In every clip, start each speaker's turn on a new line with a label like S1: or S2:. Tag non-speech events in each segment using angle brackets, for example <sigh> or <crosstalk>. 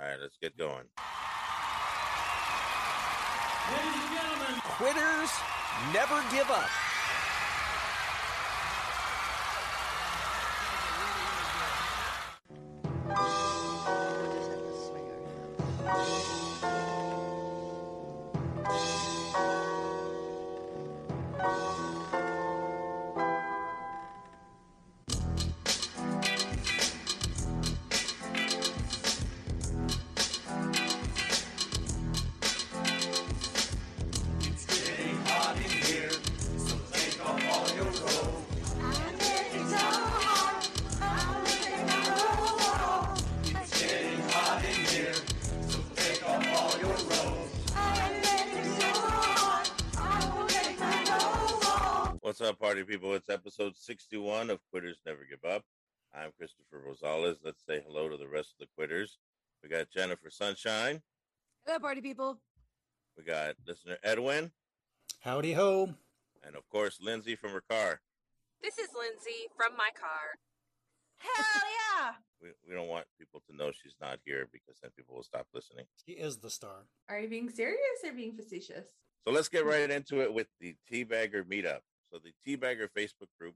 S1: All right, let's get going.
S2: Ladies and gentlemen, quitters never give up.
S1: What's up, party people? It's episode 61 of Quitters Never Give Up. I'm Christopher Rosales. Let's say hello to the rest of the quitters. We got Jennifer Sunshine.
S3: Hello, party people.
S1: We got listener Edwin.
S4: Howdy ho.
S1: And of course, Lindsay from her car.
S5: This is Lindsay from my car.
S3: Hell yeah.
S1: We, we don't want people to know she's not here because then people will stop listening.
S4: He is the star.
S5: Are you being serious or being facetious?
S1: So let's get right into it with the Teabagger meetup. So the Teabagger Facebook group,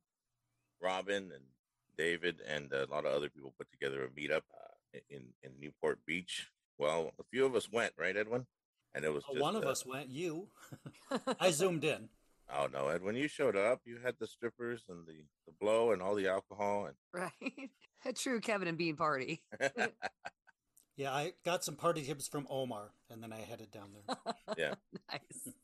S1: Robin and David and a lot of other people put together a meetup uh, in in Newport Beach. Well, a few of us went, right, Edwin? And it was
S4: Uh,
S1: just,
S4: One of
S1: uh,
S4: us went. You. I zoomed in.
S1: Oh no, Edwin, you showed up. You had the strippers and the the blow and all the alcohol
S6: Right. A true Kevin and Bean party.
S1: and
S4: Yeah, I got some party tips from Omar, and then I headed
S5: <laughs>
S4: down there. <laughs>
S1: Yeah.
S6: nice.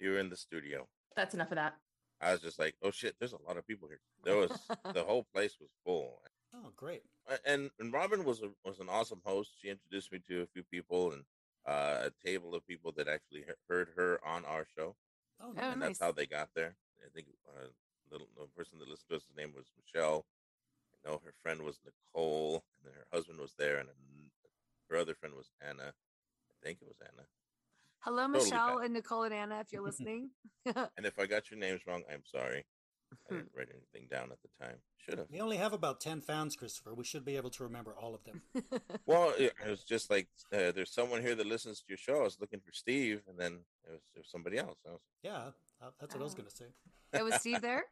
S1: you were in the studio.
S5: That's enough of that.
S1: I was just like, oh shit, there's a lot of people here. There
S4: <laughs>
S1: was the whole place was full.
S4: Oh, great.
S1: A- and and Robin was a, was an awesome host. She introduced me to a few people and uh, a table of people that actually he- heard her on our show,
S6: <laughs>
S4: Oh,
S6: Oh,
S4: nice.
S1: and that's
S6: nice.
S1: how they got there. I think uh, the, the person that listened to us, his name was Michelle. I know her friend was Nicole, and then her husband was there, and an- her other friend was Anna. I think it was Anna.
S6: Hello,
S1: Totally
S6: Michelle
S1: bad.
S6: and Nicole and Anna, if you're listening. <laughs> Oh,
S1: And if I got your names wrong, I'm sorry.
S6: <laughs>
S1: I didn't write anything down at the time. Should have.
S4: We only have about 10 fans, Christopher. We should be able to remember all
S5: <laughs>
S4: of them.
S1: Well, it it was just like uh, there's someone here that listens to your show. I was looking for Steve, and then it was, it was somebody else. I was,
S4: Yeah, uh, that's what I was
S6: Oh.
S4: going to say.
S6: it was Steve there?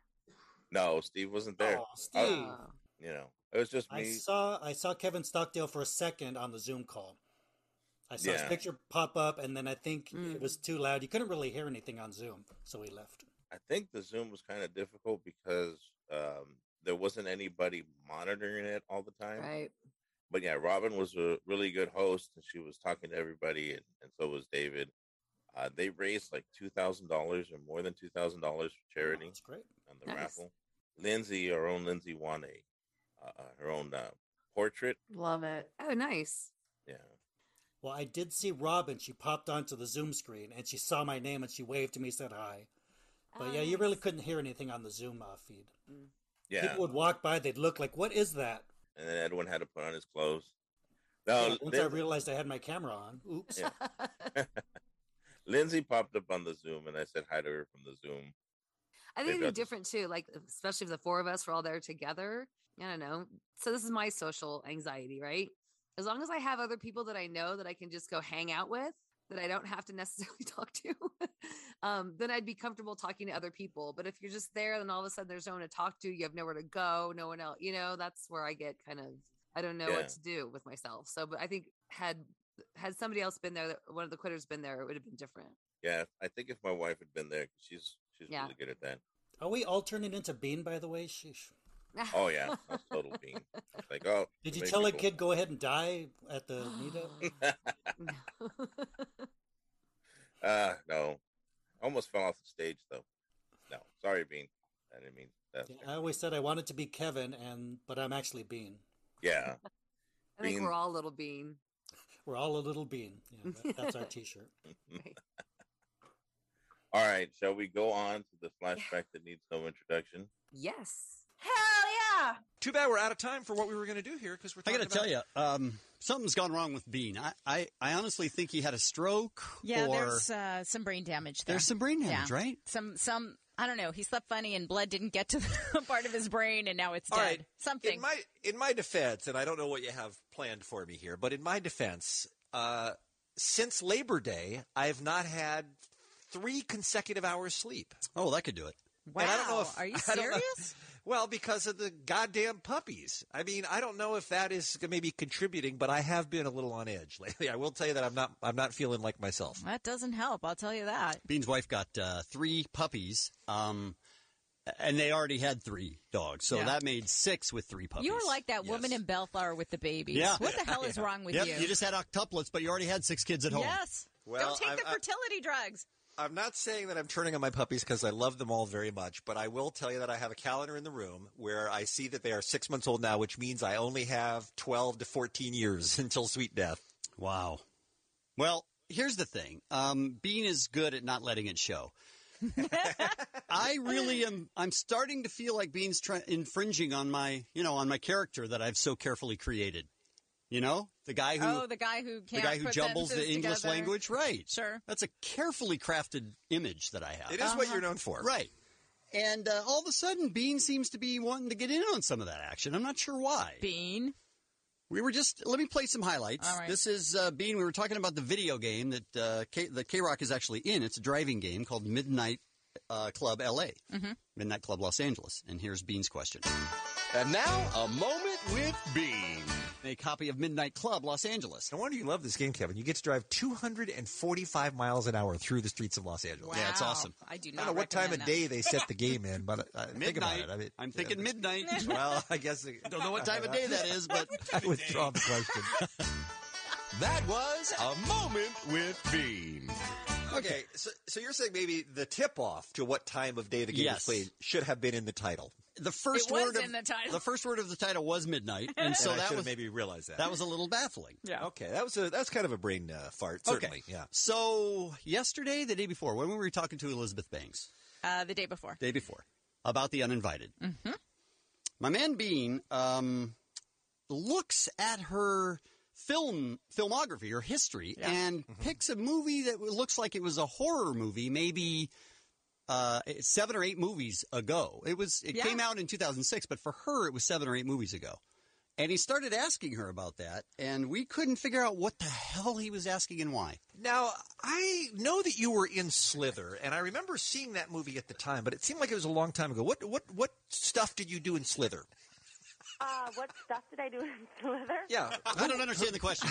S1: no, Steve wasn't there.
S4: Oh, Steve.
S6: Oh.
S1: You know, it was just
S4: I
S1: me.
S4: saw I saw Kevin Stockdale for a second on the Zoom call. I saw his
S1: Yeah.
S4: picture pop up, and then I think
S6: Mm.
S4: it was too loud. You couldn't really hear anything on Zoom, so we left.
S1: I think the Zoom was kind of difficult because um, there wasn't anybody monitoring it all the time.
S6: Right.
S1: But yeah, Robin was a really good host, and she was talking to everybody, and, and so was David. Uh, they raised like two thousand dollars or more than two thousand dollars for
S4: Oh,
S1: charity.
S4: That's great.
S1: on the
S6: Nice.
S1: raffle. Lindsay, our own Lindsay Wane, uh, uh, her own uh, portrait.
S5: Love it.
S6: Oh, nice.
S1: Yeah,
S4: Well, I did see Robin. She popped onto the Zoom screen and she saw my name and she waved to me, said hi. But yeah, you really couldn't hear anything on the Zoom uh, feed.
S1: yeah.
S4: People would walk by, they'd look like, "What is that?"
S1: And then Edwin had to put on his clothes.
S4: Yeah,
S1: No,
S4: once I
S1: Lin-
S4: realized I had my camera on, oops.
S1: Oh, Yeah. Lindsay popped up on the Zoom, and I said hi to her from the Zoom.
S6: I
S1: They've
S6: think it'd
S1: got
S6: be
S1: this-
S6: different too, like especially if the four of us were all there together. I don't know. So this is my social anxiety, right? As long as I have other people that I know that I can just go hang out with, that I don't have to <laughs> necessarily talk to, um, then I'd be comfortable talking to other people. But if you're just there, then all of a sudden there's no one to talk to, you have nowhere to go, no one else, you know, that's where I get kind of I don't know
S1: Yeah.
S6: what to do with myself. So but I think had had somebody else been there, that one of the quitters been there, it would have been different.
S1: Yeah, I think if my wife had been there, 'cause she's she's
S6: Yeah.
S1: really good at that.
S4: <laughs> Are we all turning into Bean, by the way? Sheesh.
S1: Oh yeah, that's total
S4: <laughs>
S1: bean. Like oh,
S4: Did
S1: we
S4: you
S1: made
S4: tell a
S1: people-
S4: kid go ahead and die
S1: <gasps>
S4: at the meetup?
S6: No.
S1: uh no, almost fell off the stage though. No, sorry, bean. I didn't mean that.
S4: Yeah, I always said I wanted to be Kevin, and but I'm actually Bean.
S1: yeah.
S6: I think
S1: Bean.
S6: we're all little bean.
S4: We're all a little bean. Yeah, that-
S1: <laughs>
S4: that's our T-shirt.
S1: All right, shall we go on to the flashback that needs no introduction?
S6: Yes.
S3: Hell yeah.
S7: Too bad we're out of time for what we were going to do here because we're.
S8: I
S7: Talking
S8: got to tell you, um, something's gone wrong with Bean. I, I, I honestly think he had a stroke.
S9: Yeah,
S7: <laughs>
S8: or
S9: there's uh, some brain damage. There.
S8: There's some brain damage,
S9: Yeah.
S8: right?
S9: Some some I don't know. He slept funny and blood didn't get to <laughs> the part of his brain, and now it's
S7: All
S9: dead.
S7: right.
S9: Something.
S7: In my in my defense, and I don't know what you have planned for me here, but in my defense, uh, since Labor Day, I have not had three consecutive hours sleep.
S8: Oh, that could do it.
S9: wow.
S7: And I don't know if
S9: Are you
S7: <laughs> I don't know-
S9: serious?
S7: well, because of the goddamn puppies. I mean, I don't know if that is maybe contributing, but I have been a little on edge lately. I will tell you that I'm not I'm not feeling like myself.
S9: That doesn't help. I'll tell you that.
S8: Bean's wife got uh, three puppies, um, and they already had three dogs, so
S9: Yeah.
S8: that made six with three puppies.
S9: You were like that woman
S8: Yes.
S9: in Bellflower with the babies.
S8: <laughs> Yeah.
S9: What the hell is wrong with
S8: Yep,
S9: you?
S8: you just had octuplets, but you already had six kids at home.
S9: Yes.
S7: Well,
S9: don't take
S7: I-
S9: the
S7: I-
S9: fertility drugs.
S7: I'm not saying that I'm turning on my puppies because I love them all very much, but I will tell you that I have a calendar in the room where I see that they are six months old now, which means I only have 12 to 14 years <laughs> until sweet death.
S8: Wow. Well, here's the thing. Um, Bean is good at not letting
S7: <laughs>
S8: it show. I really am. I'm starting to feel like Bean's try- infringing on my, you know, on my character that I've so carefully created. You know, the guy who,
S9: oh, the guy who
S8: the
S9: can't
S8: guy who
S9: put
S8: jumbles the
S9: sentences
S8: English
S9: together.
S8: language, right?
S9: Sure. Uh-huh.
S8: That's a carefully crafted image that I have.
S7: It is what you're known for.
S8: Right. And uh, all of a sudden, Bean seems to be wanting to get in on some of that action. I'm not sure why.
S9: Bean.
S8: We were just let me play some highlights.
S9: All right.
S8: This is uh, Bean. We were talking about the video game that uh, K- the K Rock is actually in. It's a driving game called Midnight uh, Club L.A. Midnight Club Los Angeles. And here's Bean's question:
S10: And now, a moment with Bean.
S8: A copy of Midnight Club Los Angeles.
S7: No wonder you love this game, Kevin. You get to drive 245 miles an hour through the streets of Los Angeles.
S9: Wow.
S8: Yeah, it's awesome.
S9: I do
S7: I
S9: not
S7: don't know what time
S9: recommend
S7: of
S9: that.
S7: day they set the game in, but I, I think about it. I mean,
S8: I'm thinking
S7: yeah.
S8: midnight.
S2: Mm-hmm.
S7: Well, I guess I
S8: Don't know what time of day that is,
S11: <laughs>
S8: but
S7: I withdraw the question.
S10: <laughs> That was a moment with Bean.
S7: okay, so, so you're saying maybe the tip off to what time of day the game
S8: Yes.
S7: is played should have been in the title.
S8: the first
S9: It was
S8: word of
S9: in the title.
S8: first word of the title
S9: <laughs>
S8: was midnight, and so
S7: And I
S8: that
S7: should
S8: was
S7: have maybe realized that.
S8: that was a little baffling.
S9: Yeah.
S7: Okay, that was a that's kind of a brain uh, fart, certainly.
S8: Okay.
S7: Yeah.
S8: So yesterday, the day before, when we were talking to Elizabeth Banks,
S9: Uh, the day before.
S8: day before about the uninvited. Mm-hmm. My man Bean um, looks at her film filmography or history and picks a movie that looks like it was a horror movie, maybe uh, seven or eight movies ago. It was it
S9: Yeah.
S8: came out in 2006, but for her it was seven or eight movies ago. And he started asking her about that, and we couldn't figure out what the hell he was asking and why.
S7: Now I know that you were in Slither, and I remember seeing that movie at the time, but it seemed like it was a long time ago. What what what stuff did you do in Slither?
S12: Uh, what stuff did I do <laughs> in Slither?
S7: Yeah.
S8: <laughs> I don't understand the question.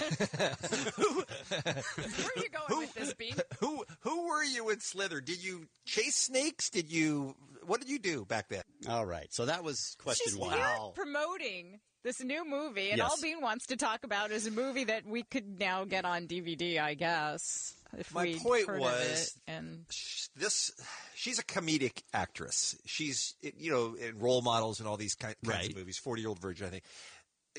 S9: <laughs> Where are you going with this, Bean?
S7: who who were you in Slither? Did you chase snakes? Did you what did you do back then?
S8: All right, so that was question
S9: She's
S8: one.
S9: You're promoting this new movie, and
S8: Yes.
S9: all Bean wants to talk about is a movie that we could now get on DVD, I guess. If
S7: My
S9: we'd
S7: point
S9: heard of
S7: was-
S9: it, and
S7: sh- this she's a comedic actress. She's you know in role models and all these kind, kinds
S8: Right.
S7: of movies. Forty year old virgin, I think.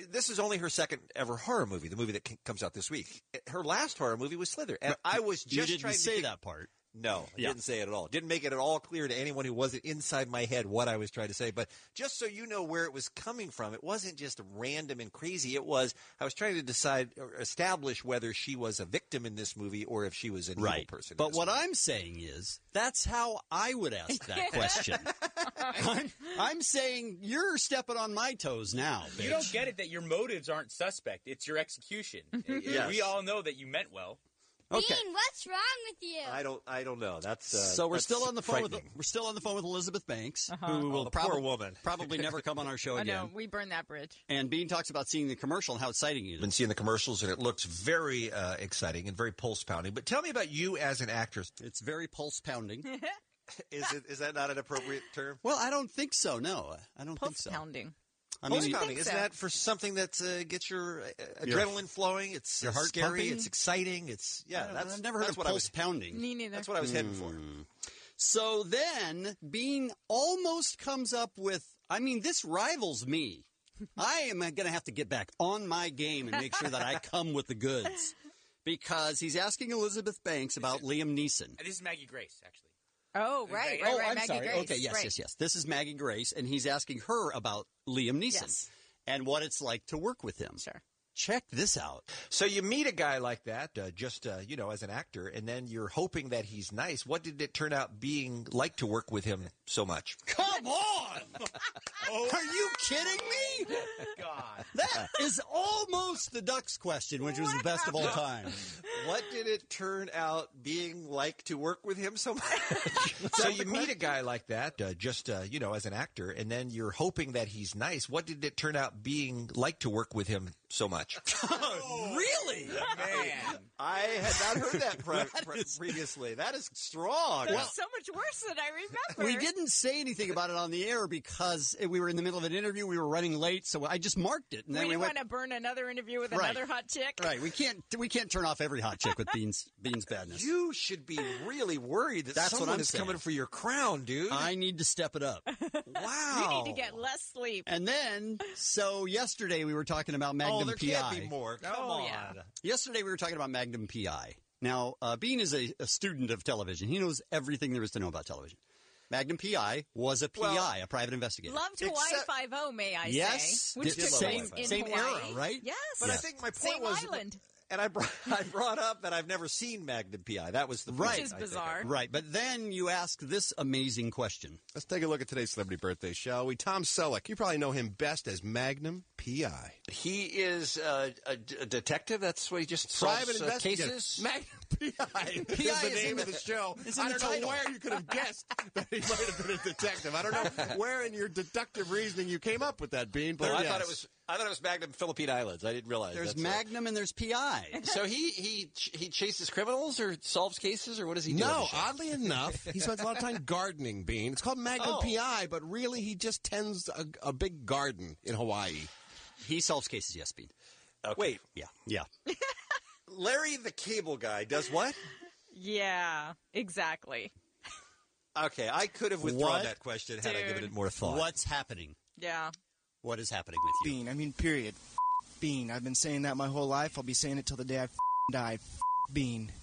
S7: This is only her second ever horror movie. The movie that c- comes out this week. Her last horror movie was Slither, and I was
S8: you
S7: just
S8: didn't
S7: trying
S8: say
S7: to think-
S8: that part.
S7: No, I
S8: Yeah.
S7: didn't say it at all. Didn't make it at all clear to anyone who wasn't inside my head what I was trying to say. But just so you know where it was coming from, it wasn't just random and crazy. It was I was trying to decide or establish whether she was a victim in this movie or if she was an evil person. in
S8: But
S7: this
S8: what
S7: movie.
S8: I'm saying is that's how I
S2: <laughs>
S8: would ask
S13: <laughs>
S8: that question. I'm, I'm saying you're stepping on my toes now. Bitch.
S2: You don't get it that your motives aren't suspect. It's your
S11: <laughs>
S2: execution. We all know that you meant well.
S8: Okay.
S12: what's wrong with you?
S7: I don't. I don't know. That's uh,
S8: so we're
S7: that's
S8: still on the phone with
S7: frightening.
S8: we're still on the phone with Elizabeth Banks,
S9: Uh-huh.
S8: who
S7: Oh,
S8: will
S7: the poor
S8: probably
S7: woman.
S8: probably never come
S7: <laughs>
S8: on our show
S9: oh
S8: again.
S9: no, we burned that bridge.
S8: And Bean talks about seeing the commercial and how exciting it
S7: Been
S8: is.
S7: seeing the commercials and it looks very uh, exciting and very pulse pounding. But tell me about you as an actress.
S8: It's very pulse pounding.
S7: Is it, is that not an appropriate term?
S8: well, I don't think so. No, I don't think
S9: Pulse
S8: so.
S9: pounding.
S8: I
S7: Pulse
S8: mean,
S7: pounding
S9: think
S7: isn't
S9: so.
S7: that for something that uh, gets your uh,
S8: Your-
S7: adrenaline flowing? It's
S8: your
S7: uh,
S8: heart
S7: scary.
S8: pumping?
S7: It's exciting. It's yeah. That's
S8: I've never heard
S7: that's
S8: of
S7: what I
S8: pulse
S7: was.
S8: pounding.
S9: Me neither.
S7: That's what I was heading for.
S8: Hmm. So <laughs> then Bean almost comes up with I mean this rivals me. I am going to have to get back on my game and make sure that <laughs> I come with the goods because he's asking Elizabeth Banks about Liam Neeson.
S2: This is Maggie Grace, actually.
S9: Oh, right, right,
S8: oh,
S9: right.
S8: I'm
S9: Maggie
S8: sorry.
S9: Grace.
S8: Okay, yes,
S9: right.
S8: yes, yes. This is Maggie Grace, and he's asking her about Liam Neeson and what it's like to work with him. Sure. Check this out.
S7: So you meet a guy like that, uh, just uh, you know, as an actor, and then you're hoping that he's nice. What did it turn out being like to work with him so much?
S8: Come on!
S2: Oh.
S8: Are you kidding me?
S2: God.
S8: That is almost the Ducks question, which was the best of all time.
S7: what did it turn out being like to work with him so much?
S10: <laughs>
S7: so you meet a guy like that, uh, just uh, you know, as an actor, and then you're hoping that he's nice. What did it turn out being like to work with him so much?
S10: <laughs>
S8: <laughs> really?
S2: Man.
S7: I had not heard that, pri- pri- previously. That is strong.
S9: That's so much worse than I remember.
S8: Oh, We didn't say anything about it on the air because we were in the middle of an interview. We were running late, so I just marked it, and
S9: We
S8: then
S9: didn't
S8: we went.
S9: want to burn another interview with
S8: Right.
S9: another hot chick.
S8: Right, we can't we can't turn off every hot chick with Beans Beans badness.
S7: You should be really worried that
S8: That's what
S7: someone
S8: I'm
S7: is
S8: saying.
S7: coming for your crown, dude.
S8: I need to step it up.
S7: wow.
S9: You need to get less sleep.
S8: And then, so yesterday we were talking about Magnum
S7: oh, there
S8: PI.
S7: can't be more. Come
S9: Oh,
S7: on.
S9: yeah.
S8: Yesterday we were talking about Magnum PI. Now, uh, Bean is a, a student of television. He knows everything there is to know about television. Magnum PI was a PI,
S7: Well-
S8: a private investigator.
S9: Loved Hawaii
S7: Except-
S9: Five O, may I
S8: yes,
S9: say? Which
S8: did-
S9: took
S8: same,
S9: place in
S8: same
S9: Hawaii.
S8: era, right?
S9: Yes.
S7: But I
S8: Yeah.
S7: think my point
S9: Same
S7: was,
S9: island.
S7: and I brought, <laughs> I brought up that I've never seen Magnum PI. That was the
S8: Right.
S9: Which is
S7: point, I think.
S9: bizarre.
S8: Right, but then you ask this amazing question.
S10: Let's take a look at today's celebrity birthday, shall we? Tom Selleck. You probably know him best as Magnum PI.
S7: He is uh, a, d- a detective. That's what he just
S10: Private
S7: solves, uh,
S10: investigator.
S7: cases.
S10: Magnum
S12: <laughs>
S10: PI.
S8: PI
S10: is the
S8: is in
S10: name
S8: the-
S10: of the show.
S8: it's in
S10: I
S8: the
S10: don't know
S8: title.
S10: where you could <laughs> have guessed that he might have been a detective. I don't know where in your deductive reasoning you came up with that, Bean. But
S7: Well, I thought
S10: yes.
S7: it was. I thought it was Magnum Philippine Islands. I didn't realize.
S8: There's
S7: that's right.
S8: Magnum and
S9: <laughs>
S8: there's PI.
S7: So he he ch- he chases criminals or solves cases or what does he do? on
S10: No,
S7: the show?
S10: oddly enough, he spends a lot of time gardening, Bean. It's called Magnum
S7: Oh.
S10: PI, but really he just tends a, a big garden in Hawaii.
S8: He solves cases, yes, Bean.
S7: Okay. wait.
S8: Yeah, yeah.
S7: <laughs> Larry the Cable Guy does what?
S9: Yeah, exactly.
S7: Okay, I could have withdrawn
S8: What?
S7: that question had I given
S9: Dude.
S7: it more thought.
S8: What's happening?
S9: Yeah.
S8: What is happening
S7: <laughs>
S8: with you?
S11: <laughs> Bean. I mean, period. F- Bean. I've been saying that my whole life. I'll be saying it till the day I f- die. F- Bean.
S7: <laughs>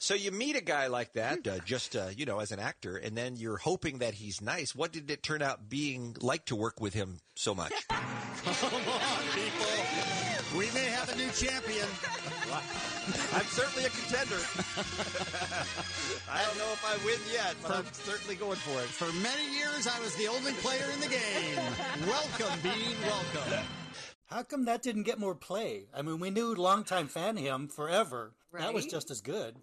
S7: So you meet a guy like that,
S10: Hmm.
S7: uh, just uh, you know, as an actor, and then you're hoping that he's nice. What did it turn out being like to work with him
S10: <laughs>
S7: so much?
S8: We may have a new champion.
S7: I'm certainly a
S8: <laughs>
S7: contender. I don't know if I win yet, but I'm certainly going for it.
S8: For many years, I was the only player in the
S1: <laughs>
S8: game. welcome, Bean. Welcome.
S4: How come that didn't get more play? I mean, we knew longtime fan him forever. That was
S6: Right?
S4: just as good.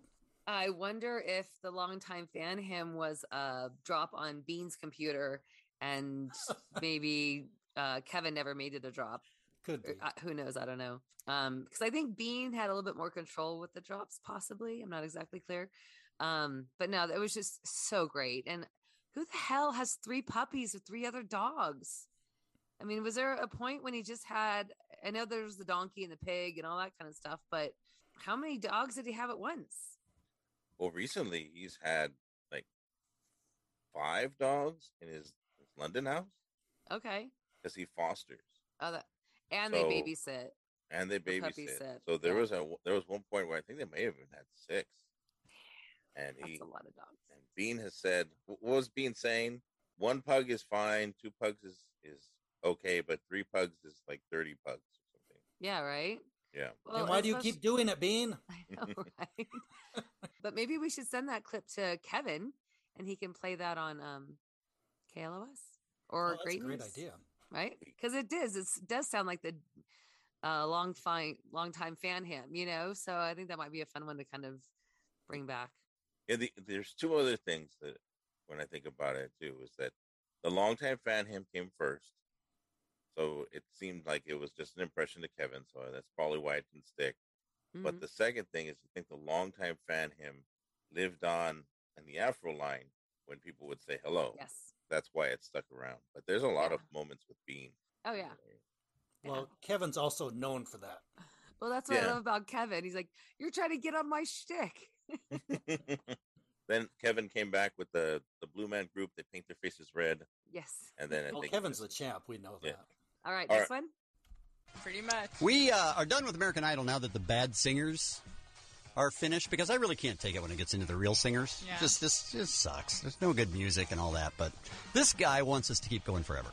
S6: I wonder if the longtime fan him was a drop on Bean's computer,
S4: <laughs>
S6: and maybe uh, Kevin never made it a drop.
S4: Could
S6: Or,
S4: be.
S6: uh, who knows? I don't know. Um, because I think Bean had a little bit more control with the drops, possibly. I'm not exactly clear. Um, but no, that was just so great. And who the hell has three puppies with three other dogs? I mean, was there a point when he just had? I know there was the donkey and the pig and all that kind of stuff, but how many dogs did he have at once?
S1: Well, recently he's had like five dogs in his, his London house
S6: Okay.
S1: because he fosters
S6: Oh, that, and
S1: So-
S6: they babysit.
S1: and they
S6: The puppy
S1: babysit.
S6: sit,
S1: So there
S6: yeah.
S1: was a there was one point where I think they may have even had six, and
S6: That's
S1: he
S6: a lot of dogs.
S1: and Bean has said wh- what was Bean saying? One pug is fine, two pugs is is okay, but three pugs is like thirty pugs or something.
S6: Yeah, right.
S1: Yeah.
S4: and why do you
S6: especially-
S4: keep doing it, Bean?
S6: <laughs> I
S1: <laughs>
S6: know, right? but maybe we should send that clip to Kevin, and he can play that on um, KLOS
S4: Oh,
S6: or
S4: that's
S6: Great
S4: a great
S6: News,
S4: idea.
S6: right? Because it does. It does sound like the uh, long fine, long time fan him. You know, so I think that might be a fun one to kind of bring back.
S1: Yeah, the, there's two other things that when I think about it too is that the longtime fan him came first, so it seemed like it was just an impression to Kevin, so that's probably why it didn't stick. But
S6: Mhm.
S1: the second thing is, I think the longtime fan him lived on in the Afro line when people would say hello.
S6: yes.
S1: That's why it stuck around. But there's a lot
S6: Yeah.
S1: of moments with Bean.
S6: Oh yeah. Yeah.
S4: Well, Kevin's also known for that.
S6: Well, that's what I
S1: Yeah.
S6: love about Kevin. He's like, "You're trying to get on my shtick."
S1: then Kevin came back with the the Blue Man Group. They paint their faces red,
S6: Yes.
S1: and then I
S4: Well,
S6: Oh,
S1: think
S4: Kevin's the champ. We know that.
S1: Yeah.
S6: All right,
S8: All
S6: next
S8: right.
S6: one.
S9: Pretty much.
S8: We uh, are done with American Idol now that the bad singers are finished because I really can't take it when it gets into the real singers.
S9: Yeah.
S8: Just this just sucks. There's no good music and all that, but this guy wants us to keep going forever.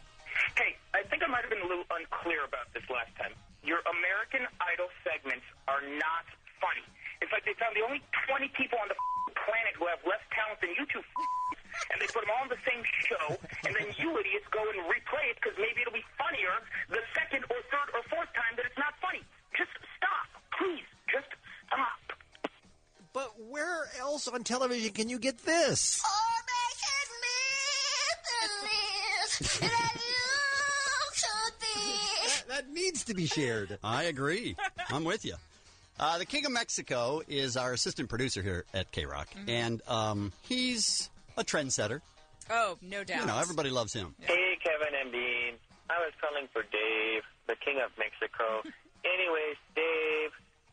S14: Hey, I think I might have been a little unclear about this last time. Your American Idol segments are not funny. In fact, they found the only 20 people on the f***ing planet who have less talent than you two, f***ers, and they put them all in the same show, and then you idiots go and replay it because maybe it'll be funnier the second or third or fourth time that it's not funny. Just stop, please. Just stop.
S7: But where else on television can you get this?
S8: that, that needs to be shared. <laughs> I agree. I'm with you. Uh, the King of Mexico is our assistant producer here at K Rock,
S9: Mhm.
S8: and um, he's a trendsetter.
S9: Oh, no doubt.
S8: You know, everybody loves him.
S14: Hey, Kevin and Bean. I was calling for Dave, the king of
S9: <laughs>
S14: Mexico. Anyways, Dave,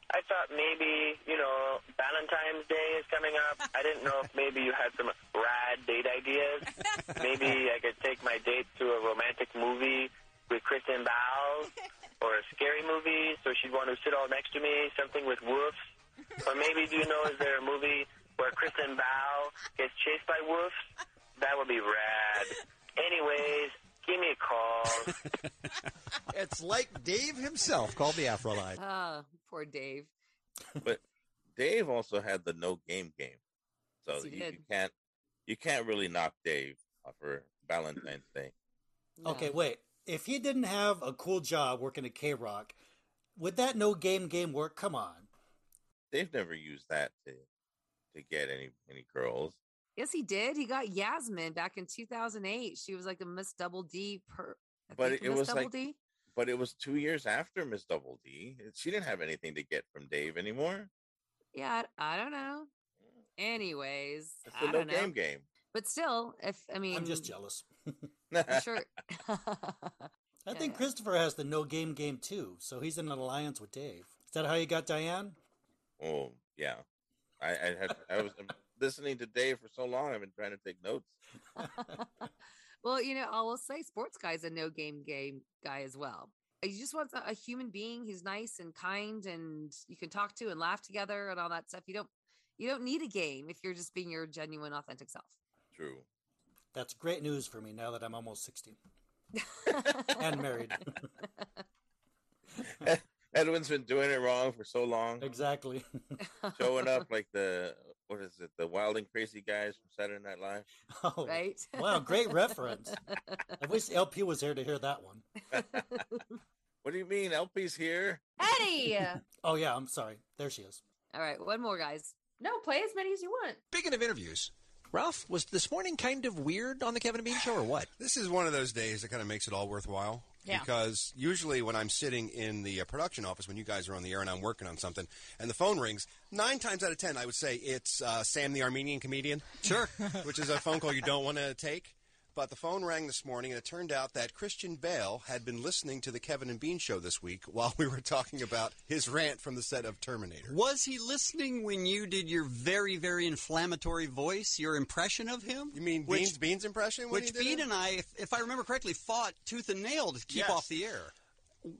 S14: I thought maybe, you know, Valentine's Day is coming up. I didn't know if maybe you had some rad date ideas. Maybe I could take my date to a romantic movie with Kristen Bowles or a scary movie so she'd want to sit all next to me, something with wolves. Or maybe, do you know, is there a movie where Kristen Bowles gets chased by wolves? That would be rad. Anyways, give me a call.
S7: It's like Dave himself called the Afro Line.
S6: Ah, poor Dave.
S1: but Dave also had the no game game, so
S6: Yes, he
S1: you, you
S6: did.
S1: can't you can't really knock Dave uh, for Valentine's Day.
S4: Okay, wait. If he didn't have a cool job working at K Rock, would that no game game work? Come on.
S1: They've never used that to to get any any girls.
S6: Yes, he did. He got Yasmin back in 2008. She was like a Miss Double D per. I
S1: But
S6: think
S1: it
S6: Miss
S1: was
S6: Double
S1: like-
S6: D.
S1: But it was two years after Miss Double D. She didn't have anything to get from Dave anymore.
S6: Yeah, I, I don't know. Anyways,
S1: It's
S6: I
S1: a no
S6: don't know.
S1: game game.
S6: But still, if I mean,
S4: I'm
S1: <laughs>
S4: just jealous.
S6: I'm sure.
S4: <laughs>
S6: <laughs>
S4: I think Christopher has the no game game too, so he's in an alliance with Dave. Is that how you got Diane?
S1: Oh yeah, I I, had, I was
S6: <laughs>
S1: listening to Dave for so long. I've been trying to take notes.
S6: Well, you know, I will say sports guy's a no game game guy as well. He just wants a, a human being who's nice and kind and you can talk to and laugh together and all that stuff. You don't you don't need a game if you're just being your genuine authentic self.
S1: True.
S4: That's great news for me now that I'm
S6: <laughs>
S4: almost 60 and married.
S1: Edwin's been doing it wrong for so long.
S6: <laughs>
S4: Exactly.
S1: Showing up like the what is it? The wild and crazy guys from Saturday Night Live.
S4: <laughs> Oh,
S6: right?
S4: Wow, great reference. I wish LP was here to hear that one.
S1: <laughs> What do you mean? LP's here.
S6: <laughs> Eddie.
S4: Oh, yeah, I'm sorry. There she is.
S6: all right, one more guys. No, play as many as you want.
S7: Speaking of interviews, Ralph, was this morning kind of weird on the Kevin and Bean show or what?
S10: This is one of those days that kind of makes it all worthwhile.
S7: Yeah.
S10: Because usually when I'm sitting in the uh, production office when you guys are on the air and I'm working on something and the phone rings, nine times out of ten I would say it's uh, Sam the Armenian comedian. Sure. <laughs> which is a phone call you don't want to take. But the phone rang this morning and it turned out that Christian Bale had been listening to the Kevin and Bean show this week while we were talking about his rant from the set of Terminator.
S8: Was he listening when you did your very, very inflammatory voice, your impression of him? You mean
S10: Bean's- Bean's impression when he
S8: Which
S10: did
S8: Bean
S10: it?
S8: and I, if, if I remember correctly, fought tooth and nail to keep
S10: Yes.
S8: off the air.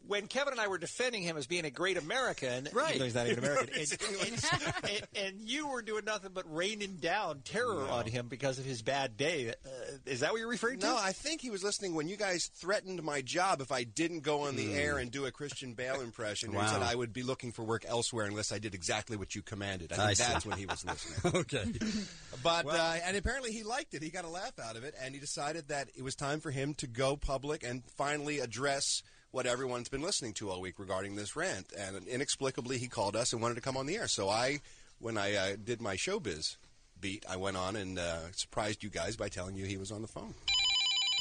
S7: When Kevin and I were defending him as being a great American,
S8: Right.
S7: even though he's not even
S8: Even though
S7: American,
S8: he's
S7: and, and- and- and you were doing nothing but raining down terror on him because of his bad day. Uh, is that what you're referring to?
S10: No, I think he was listening when you guys threatened my job if I didn't go on the
S15: Hmm.
S10: air and do a Christian
S15: <laughs>
S10: Bale impression.
S8: Wow.
S10: And said I would be looking for work elsewhere unless I did exactly what you commanded. I think
S8: I see.
S10: that's when he was listening.
S8: okay.
S10: <laughs> But uh, and apparently he liked it. He got a laugh out of it, and he decided that it was time for him to go public and finally address what everyone's been listening to all week regarding this rant. And inexplicably, he called us and wanted to come on the air. So I, when I uh, did my showbiz beat, I went on and uh, surprised you guys by telling you he was on the phone.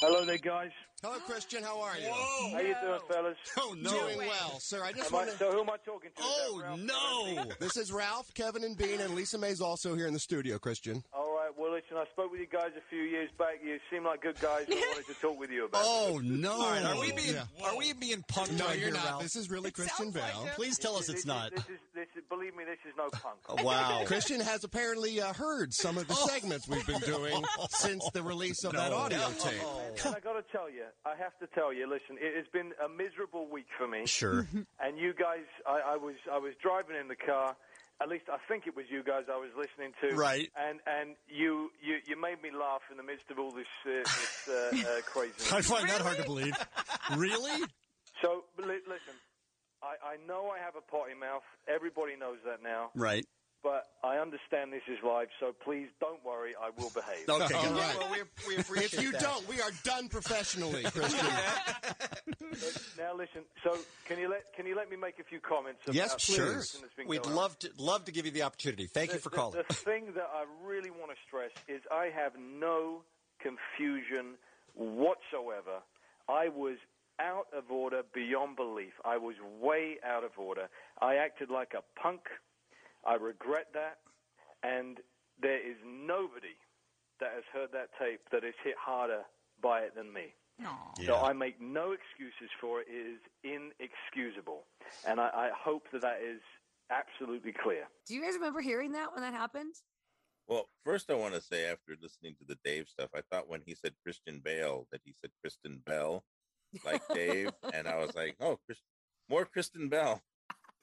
S16: Hello there, guys.
S10: Hello, Christian. How are you?
S16: How you doing, fellas?
S10: Oh, no. Doing well, sir. I just
S16: Am I-
S10: wanna-
S16: so who am I talking to? Is that
S10: Oh
S16: Ralph?
S10: no! this is Ralph, Kevin, and Bean, and Lisa May's also here in the studio. Christian.
S16: All right. Well, listen. I spoke with you guys a few years back. You seem like good guys. I wanted to talk with you about.
S8: Oh no!
S16: All right, are we being-
S8: are we being punked?
S16: No, right you're here, not. Ralph? <laughs>
S8: This is really Christian Bale. Please tell us it's not.
S16: This is this is believe me, this is no
S10: <laughs>
S16: punk.
S10: Christian has apparently uh, heard some of the segments we've been
S16: <laughs>
S10: doing since the release of that
S16: Oh. No.
S10: audio tape.
S16: And, and I got to tell you, I have to tell you. Listen, it has been a miserable week for me.
S10: Sure.
S16: And you guys, I, I was I was driving in the car. At least I think it was you guys I was listening to.
S10: Right.
S16: And and you you, you made me laugh in the midst of all this, uh, this uh, uh, craziness.
S10: I find that hard to believe. really?
S16: So li- listen, I, I know I have a potty mouth. Everybody knows that now.
S8: <laughs> Right.
S16: But I understand this is live, so please don't worry. I will behave.
S10: <laughs> Okay, All good. right.
S16: Well, we, we appreciate
S10: if you
S16: that.
S10: don't, we are done professionally, Christian.
S16: Now listen. So can you let can you let me make a few comments? About
S7: Yes,
S16: everything
S7: sure.
S16: that's been
S7: We'd
S16: going on?
S7: love to love to give you the opportunity. Thank you
S16: The-
S7: for
S16: the-
S7: calling.
S16: The thing that I really want to stress is I have no confusion whatsoever. I was out of order beyond belief. I was way out of order. I acted like a punk. I regret that. And there is nobody that has heard that tape that is hit harder by it than me. So I make no excuses for it. It is inexcusable. And I, I hope that that is absolutely clear.
S6: Do you guys remember hearing that when that happened?
S1: Well, first I want to say after listening to the Dave stuff, I thought when he said Christian Bale that he said Kristen Bell,
S6: <laughs>
S1: like Dave, and I was like, oh, Chris, more Kristen Bell.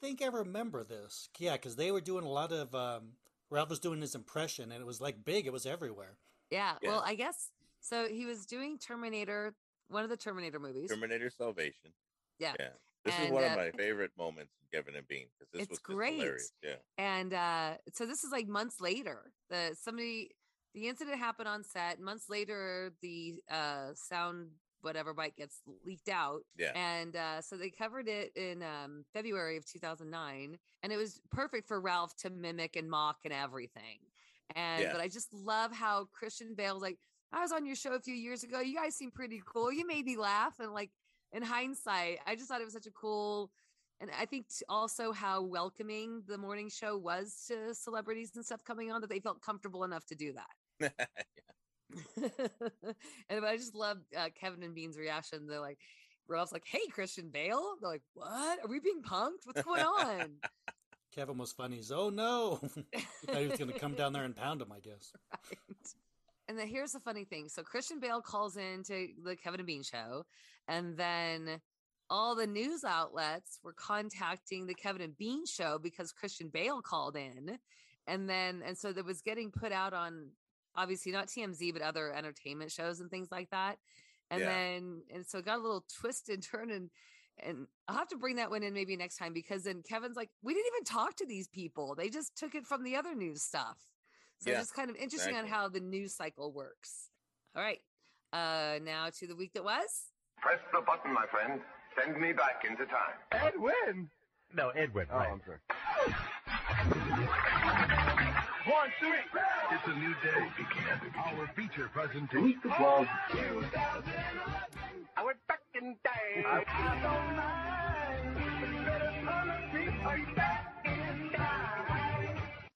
S4: think I remember this. Yeah, because they were doing a lot of. Um, Ralph was doing his impression, and it was like big. It was everywhere.
S6: Yeah. Well,
S4: Yes.
S6: I guess so. He was doing Terminator, one of the Terminator movies.
S1: Terminator Salvation.
S6: Yeah.
S1: This is
S6: And,
S1: one
S6: uh,
S1: of my favorite moments in Kevin and Bean because this
S6: It's
S1: was just
S6: great.
S1: hilarious. Yeah. <laughs>
S6: And uh, so this is like months later. The somebody the incident happened on set. Months later, the uh, sound whatever bite gets leaked out.
S17: Yeah.
S6: And uh, so they covered it in um, February of 2009, and it was perfect for Ralph to mimic and mock and everything. And
S17: Yeah.
S6: but I just love how Christian Bale's like, I was on your show a few years ago. You guys seem pretty cool. You made me laugh. And like in hindsight, I just thought it was such a cool and I think t- also how welcoming the morning show was to celebrities and stuff coming on that they felt comfortable enough to do that. and but I just love uh, Kevin and Bean's reaction. They're like, Ralph's like, "Hey, Christian Bale." They're like, "What? Are we being punked? What's
S4: <laughs>
S6: going on?"
S4: Kevin was funny. He's oh no, <laughs> he thought he was going to come down there and pound him. I guess.
S6: And then here's the funny thing. So Christian Bale calls in to the Kevin and Bean show, and then all the news outlets were contacting the Kevin and Bean show because Christian Bale called in. And then and so that was getting put out on obviously not TMZ, but other entertainment shows and things like that. And
S17: Yeah.
S6: then and so it got a little <laughs> twist and turn and and I'll have to bring that one in maybe next time because then Kevin's like, we didn't even talk to these people. They just took it from the other news stuff. So
S17: Yeah,
S6: it's just kind of interesting
S17: exactly.
S6: on how the news cycle works. All right. Uh now to the week that was.
S13: Press the button, my friend. Send me back into time.
S18: Edwin. No, Edwin. Oh, I'm sorry. One, two, three. It's a new day begins. Our feature presentation. Meet the club.
S13: I went back in time.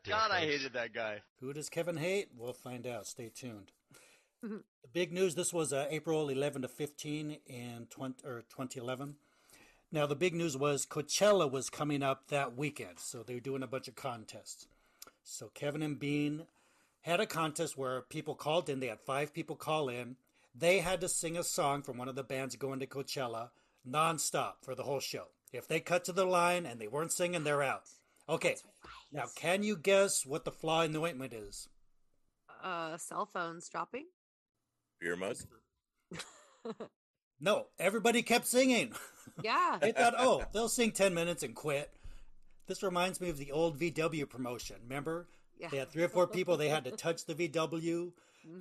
S8: God, I hated that guy.
S4: Who does Kevin hate? We'll find out. Stay tuned. The big news this was uh, April 11 to 15 in 20, or 2011. Now, the big news was Coachella was coming up that weekend, so they were doing a bunch of contests. So, Kevin and Bean had a contest where people called in. They had five people call in. They had to sing a song from one of the bands going to Coachella nonstop for the whole show. If they cut to the line and they weren't singing, they're out. Okay. Now, can you guess what the fly in the ointment is?
S6: Uh cell phones dropping. <laughs>
S1: Beer mug.
S4: No, everybody kept singing.
S6: Yeah.
S4: They thought, oh, they'll sing 10 minutes and quit. This reminds me of the old VW promotion. Remember?
S6: Yeah.
S4: They had three or four people they had to touch the VW,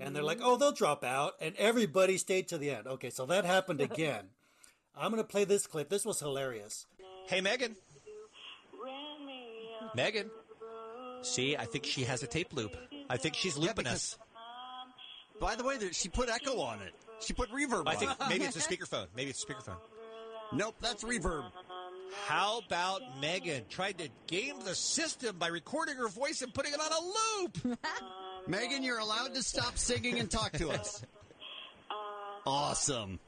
S4: and they're like,
S17: Mhm.
S4: oh, they'll drop out. And everybody stayed to the end. Okay, so that happened again. I'm going to play this clip. This was hilarious.
S7: Hey, Megan. Megan. See, I think she has a tape loop. I think she's looping us.
S8: By the way, there, she put echo on it. She put reverb
S7: I
S8: on
S7: think
S8: it.
S7: maybe
S8: <laughs>
S7: it's a speakerphone. Maybe it's a speakerphone.
S8: Nope, that's reverb.
S7: How about Megan tried to game the system by recording her voice and putting it on a loop?
S8: Megan, you're allowed to stop singing and talk to us. Awesome.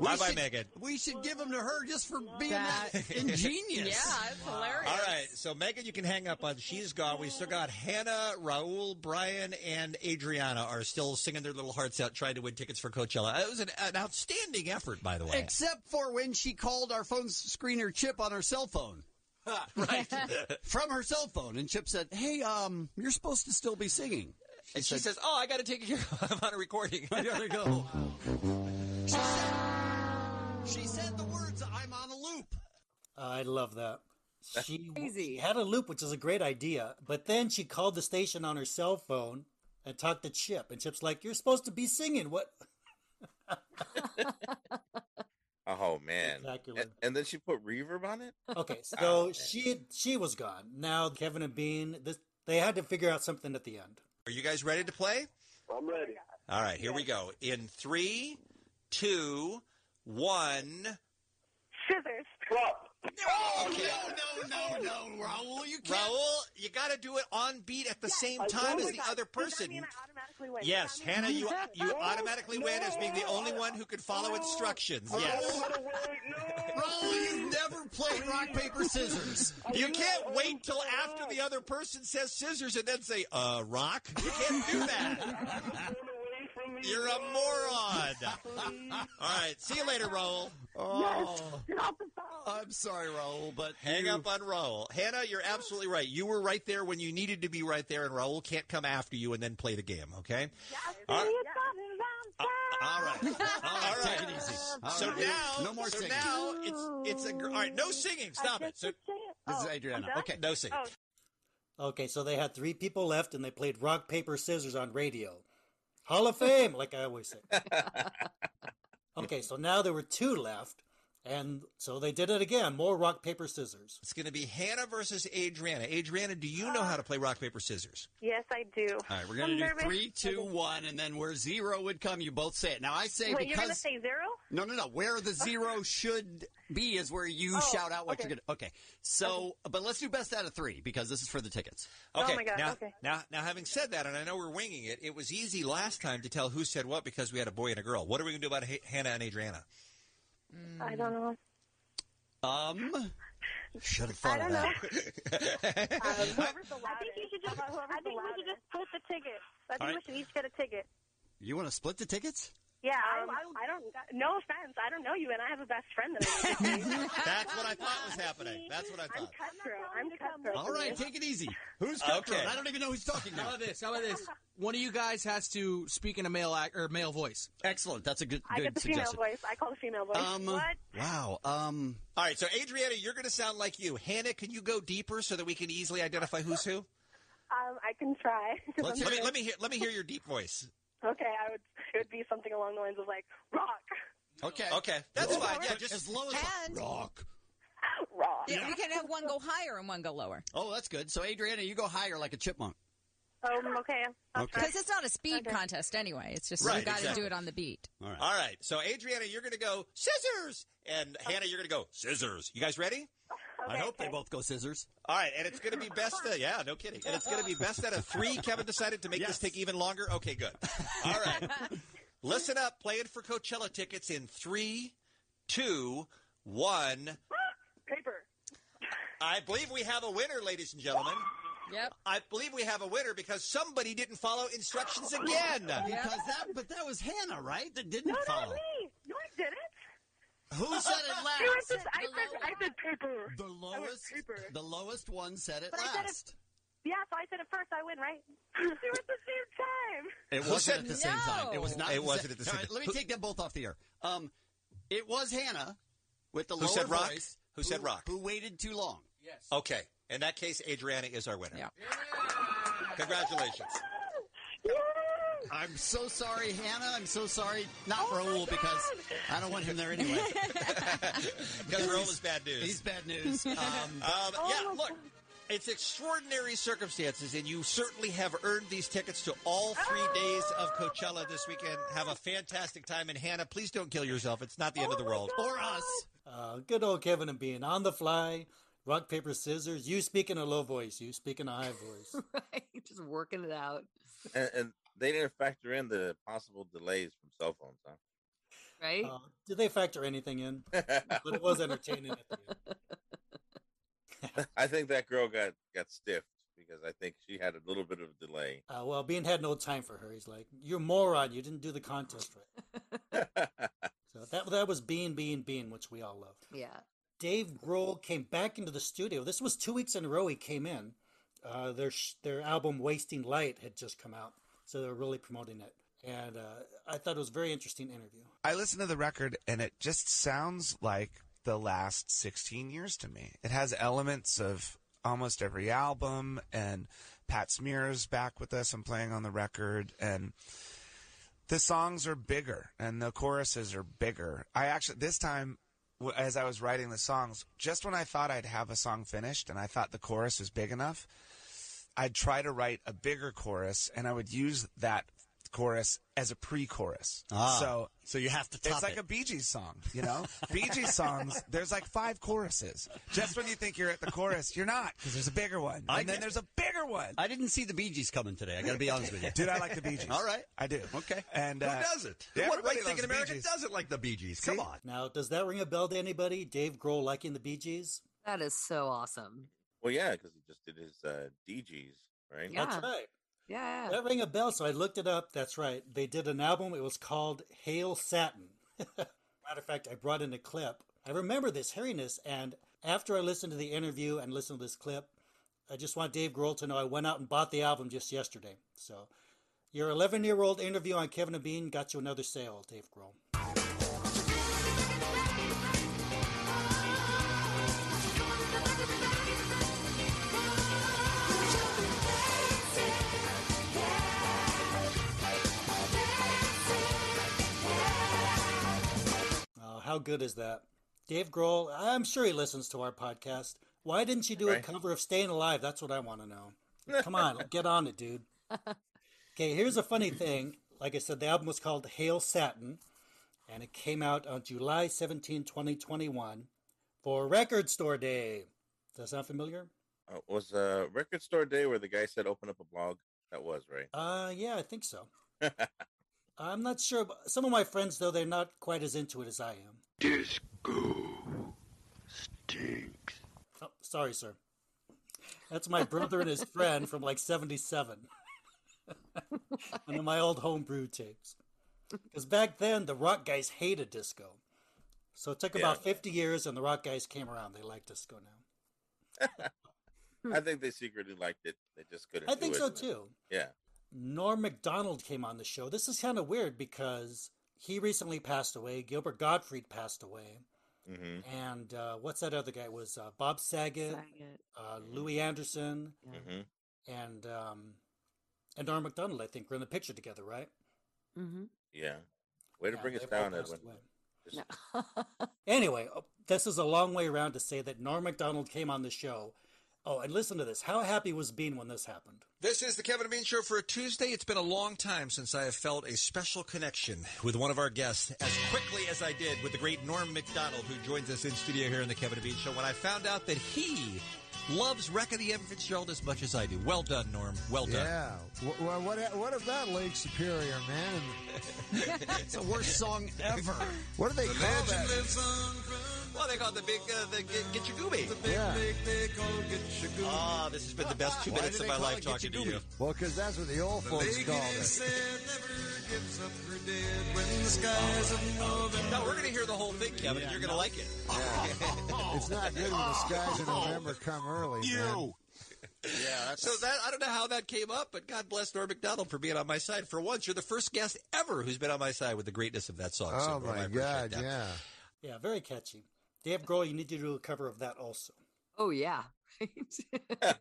S7: Bye bye,
S8: should-
S7: Megan.
S8: We should give them to her just for being
S9: That- <laughs>
S8: that, ingenious.
S9: Yeah, it's hilarious.
S7: <laughs> All right, so Megan, you can hang up on She's Gone. We've still got Hannah, Raul, Brian, and Adriana are still singing their little hearts out trying to win tickets for Coachella. It was an, an outstanding effort, by the way.
S8: Except for when she called our phone screener Chip on her cell phone.
S7: right.
S8: <laughs> From her cell phone. And Chip said, Hey, um, you're supposed to still be singing.
S7: And she says, Oh, I got to take care of I'm on a recording. I got to go.
S8: She said, she said the words, I'm on a loop.
S4: I love that. She, she had a loop, which is a great idea, but then she called the station on her cell phone and talked to Chip, and Chip's like, "You're supposed to be singing." What?
S1: Oh man!
S4: Spectacular.
S1: And, and then she put reverb on it.
S4: Okay,
S1: Oh,
S4: so
S1: man.
S4: she she was gone. Now Kevin and Bean, this they had to figure out something at the end.
S7: Are you guys ready to play?
S13: I'm ready.
S7: All right, here we go. In three, two, one. Oh,
S12: Scissors.
S7: No, okay.
S8: no, no, no, Raul, you
S7: can't. Raul, you got to do it on beat at the same time as the other person. Yes, Hannah, you you automatically win as being the only one who could follow instructions. Yes.
S8: Raul, you've never played rock, paper, scissors.
S7: You can't wait till after the other person says scissors and then say, uh, rock? You can't do that. You're a moron. All right, see you later, Raul.
S8: Oh, I'm sorry, Raul, but
S7: Hang
S8: you-
S7: up on Raul. Hannah, you're absolutely right. You were right there when you needed to be right there, and Raul can't come after you and then play the game, okay? All right. Uh, All right. All right.
S8: <laughs> Take it easy.
S7: So
S8: All right.
S7: now,
S8: No more
S7: so
S8: singing.
S7: now it's it's a gr- all right. No singing. Stop it. So,
S8: This is Adriana. Okay.
S7: No singing.
S4: Okay, so they had three people left, and they played rock paper scissors on radio. Hall of Fame, like I always
S7: <laughs>
S4: say. okay, so now there were two left, and so they did it again. More rock paper scissors.
S7: It's going to be Hannah versus Adriana. Adriana, do you know how to play rock paper scissors?
S12: Yes, I do.
S8: All right, <laughs> we're going
S12: I'm
S8: to do
S12: nervous.
S8: three, two, one, and then where zero would come, you both say it. Now, I say
S12: Wait, you're
S8: because.
S12: gonna say zero?
S8: No, no, no. Where the
S12: <laughs>
S8: zero should be is where you
S12: Oh,
S8: shout out what
S12: okay.
S8: you're going to. Okay. So, but let's do best out of three because this is for the tickets.
S12: Oh my God,
S7: Now,
S12: okay.
S7: now, now, having said that, and I know we're winging it, it was easy last time to tell who said what because we had a boy and a girl. What are we going to do about H- Hannah and Adriana?
S12: I don't know.
S8: Um, should have
S12: I
S8: thought
S12: don't
S8: of
S12: know.
S8: that.
S12: <laughs> I think you should just. I think we should just split the tickets. I think
S8: All
S12: we
S8: right.
S12: should each get a ticket.
S8: <laughs> You want to split the tickets?
S12: Yeah, I, I, I don't. No offense, I don't know you, and I have a best friend that I <laughs>
S7: That's what I thought was happening. That's what I thought.
S12: cutthroat. I'm cutthroat.
S8: All right, take it easy. Who's <laughs>
S7: Okay.
S8: cutthroat? I don't even know who's talking
S17: How
S8: now.
S17: about this? How about this? One of you guys has to speak in a male ac- or male voice.
S8: Excellent. That's a good
S12: I get the female voice. I call the female voice.
S8: Um,
S12: what?
S8: Wow. Um,
S7: All right, so Adriana, you're going to sound like you. Hannah, can you go deeper so that we can easily identify who's
S12: <laughs>
S7: who?
S12: Um, I can try. <laughs> 'cause
S7: Let
S12: I'm
S7: me
S12: nervous.
S7: let me hear let me hear your deep voice.
S12: Okay, I would. It would be something along the lines of like rock,
S8: Okay.
S7: Okay, that's fine.
S12: <laughs>
S7: Yeah,
S8: But
S7: just
S8: as low as
S9: And-
S8: rock.
S12: rock.
S9: Yeah, we can have one go higher and one go lower.
S8: Oh, that's good. So, Adriana, you go higher like a chipmunk.
S12: Um, okay.
S8: Okay.
S9: Because it's not a speed contest anyway. It's just
S7: Right,
S9: you got to
S7: exactly.
S9: do it on the beat.
S8: All right.
S7: All right. So, Adriana, you're going to go scissors, and Hannah, you're going to go scissors. You guys ready?
S8: I hope they both go scissors.
S7: All right, and it's going to be best. uh, yeah, no kidding. And it's going to be best out of three. Kevin decided to make this take even longer. Okay, good. All right.
S8: <laughs>
S7: Listen up. Play it for Coachella tickets in three, two, one.
S12: Paper.
S7: I believe we have a winner, ladies and gentlemen.
S9: Yep.
S7: I believe we have a winner because somebody didn't follow instructions again.
S8: Because that, but that was Hannah, right? That didn't
S12: No, not
S8: follow.
S12: me. No, I did it.
S8: Who said
S12: <laughs>
S8: it last?
S12: It was just, I said, I said paper.
S8: The
S12: I was
S8: lowest,
S12: paper.
S8: the lowest one said it
S12: But I said it-
S8: last.
S12: Yeah, so I said it first. I win, right? <laughs> we were at the same time.
S8: It
S7: Who
S8: wasn't
S7: said-
S8: at the same time. It was not.
S7: It
S8: the
S7: wasn't
S8: same-
S7: at the same
S8: All right,
S7: time.
S8: Let me
S7: Who-
S8: take them both off the air. Um, it was Hannah with the
S7: Who
S8: lower
S7: said rock?
S8: voice.
S7: Who said rock?
S8: Who waited too long?
S7: Okay. In that case, Adriana is our winner. Congratulations.
S8: I'm so sorry, Hannah. I'm so sorry, not
S15: Oh
S8: Raul, because I don't want him
S15: <laughs>
S8: there anyway.
S7: Because Raul is bad news.
S8: He's bad news. Um,
S7: <laughs> Um, yeah, look, it's extraordinary circumstances, and you certainly have earned these tickets to all three days of Coachella this weekend. Have a fantastic time, and Hannah, please don't kill yourself. It's not the end of the world.
S8: or us.
S4: Uh, good old Kevin and Bean on the fly, rock paper scissors. You speak in a low voice. You speak in a
S7: <laughs>
S4: high voice.
S6: <laughs> right? Just working it out.
S1: And, and they didn't factor in the possible delays from cell phones, huh? <laughs>
S6: Right?
S4: Uh, did they factor anything
S7: <laughs>
S4: in? but it was entertaining. At the end.
S1: I think that girl got got stiffed because I think she had a little bit of a delay.
S4: Uh, well, Bean had no time for her. He's like, "You moron! You didn't do the contest right."
S8: <laughs>
S4: so that that was Bean, Bean, Bean, which we all love.
S6: Yeah.
S4: Dave Grohl came back into the studio. This was two weeks in a row he came in. Uh, their sh- their album "Wasting Light" had just come out, so they were really promoting it. And uh, I thought it was a very interesting interview.
S15: I listened to the record and it just sounds like the last 16 years to me. It has elements of almost every album and Pat Smear's back with us and playing on the record and the songs are bigger and the choruses are bigger. I actually this time w- as I was writing the songs, just when I thought I'd have a song finished and I thought the chorus was big enough, I'd try to write a bigger chorus and I would use that chorus as a pre-chorus.
S8: Ah,
S15: so
S8: so you have to top
S15: It's like
S8: it.
S15: a Bee Gees song, you know? <laughs> Bee Gees songs, there's like five choruses. Just when you think you're at the chorus, you're not because there's a bigger one. And then there's a bigger one.
S8: I didn't see the Bee Gees coming today. I got to be honest with you,
S15: Dude, I like the Bee Gees.
S8: All right,
S15: I do.
S8: Okay,
S15: And uh,
S8: who doesn't?
S15: yeah,
S8: what
S15: everybody
S8: right thinking
S15: loves Bee
S8: American
S15: Gees.
S8: doesn't like the Bee Gees? Come on.
S4: Now, does that ring a bell to anybody? Dave Grohl liking the Bee Gees?
S6: That is so awesome.
S1: Well, yeah, because he just did his uh, DGs, right?
S4: That's right.
S6: Yeah.
S4: That rang a bell, so I looked it up. That's right. They did an album. It was called Hail Satin. <laughs> Matter of fact, I brought in a clip. I remember this hairiness, and after I listened to the interview and listened to this clip, I just want Dave Grohl to know I went out and bought the album just yesterday. So, your 11 year old interview on Kevin and Bean got you another sale, Dave Grohl. Oh, how good is that? Dave Grohl, I'm sure he listens to our podcast. Why didn't you do a
S15: Right.
S4: cover of Staying Alive? That's what I want to know. Come on, get on it, dude. Okay, here's a funny thing. Like I said, the album was called Hail Satin, and it came out on July 17, 2021 for Record Store Day. Does that sound familiar?
S1: Uh, was uh, Record Store Day where the guy said open up a blog? That was, right?
S4: Uh, yeah, I think so. I'm not sure. but Some of my friends, though, they're not quite as into it as I am. Disco stinks. Oh, sorry, sir. That's my brother and
S1: <laughs>
S4: his friend from like <laughs> 77. One of my old homebrew tapes. Because back then, the rock guys hated disco. So it took about 50 years, and the rock guys came around. They like disco now.
S1: I think they secretly liked it. They just couldn't.
S4: Hmm. I
S1: do
S4: think
S1: it.
S4: so, too.
S1: Yeah.
S4: Norm MacDonald came on the show. This is kind of weird because he recently passed away. Gilbert Gottfried passed away.
S1: Mm-hmm.
S4: And uh, what's that other guy? It was uh, Bob Saget, Uh, Louis Anderson,
S1: Mm-hmm.
S4: and um, and Norm MacDonald, I think, were in the picture together, right?
S6: Mm-hmm.
S1: Yeah. Way to
S4: Yeah,
S1: bring us
S4: they've all
S1: down,
S4: passed
S1: Edwin.
S4: away.
S1: Just-
S4: Anyway, uh, this is a long way around to say that Norm MacDonald came on the show. Oh, and listen to this. How happy was Bean when this happened?
S7: This is the Kevin and Bean Show for a Tuesday. It's been a long time since I have felt a special connection with one of our guests as quickly as I did with the great Norm McDonald, who joins us in studio here in the Kevin and Bean Show. When I found out that he loves Wreck of the Evan Fitzgerald as much as I do, well done, Norm. Well done.
S19: Yeah. Wh- Well, what, what about Lake Superior, man?
S7: It's the
S19: <laughs>
S7: worst
S19: song ever. What do they call that?
S7: Well, they call it the big uh, the get, get your gooby.
S19: Yeah.
S7: Ah, this has been the best two
S19: Why
S7: minutes
S19: do
S7: of
S19: they
S7: my
S19: call
S7: life
S19: it Get
S7: talking to
S19: Your
S7: you.
S19: Gooby? Well, because that's what the old folks called it.
S7: No, we're going to hear the whole thing, Kevin. and you're going to <laughs> like it.
S19: It's not good when the skies in November come early. Man.
S7: Yeah. So that I don't know how that came up, but God bless Norm McDonald for being on my side. For once, you're the first guest ever who's been on my side with the greatness of that song. so,
S19: Oh,
S7: Norm, I
S19: my
S7: appreciate
S19: God,
S7: that.
S19: yeah.
S4: Yeah, very catchy. Dave Grohl, you need to do a cover of that also.
S6: Oh, yeah. <laughs>
S4: <laughs>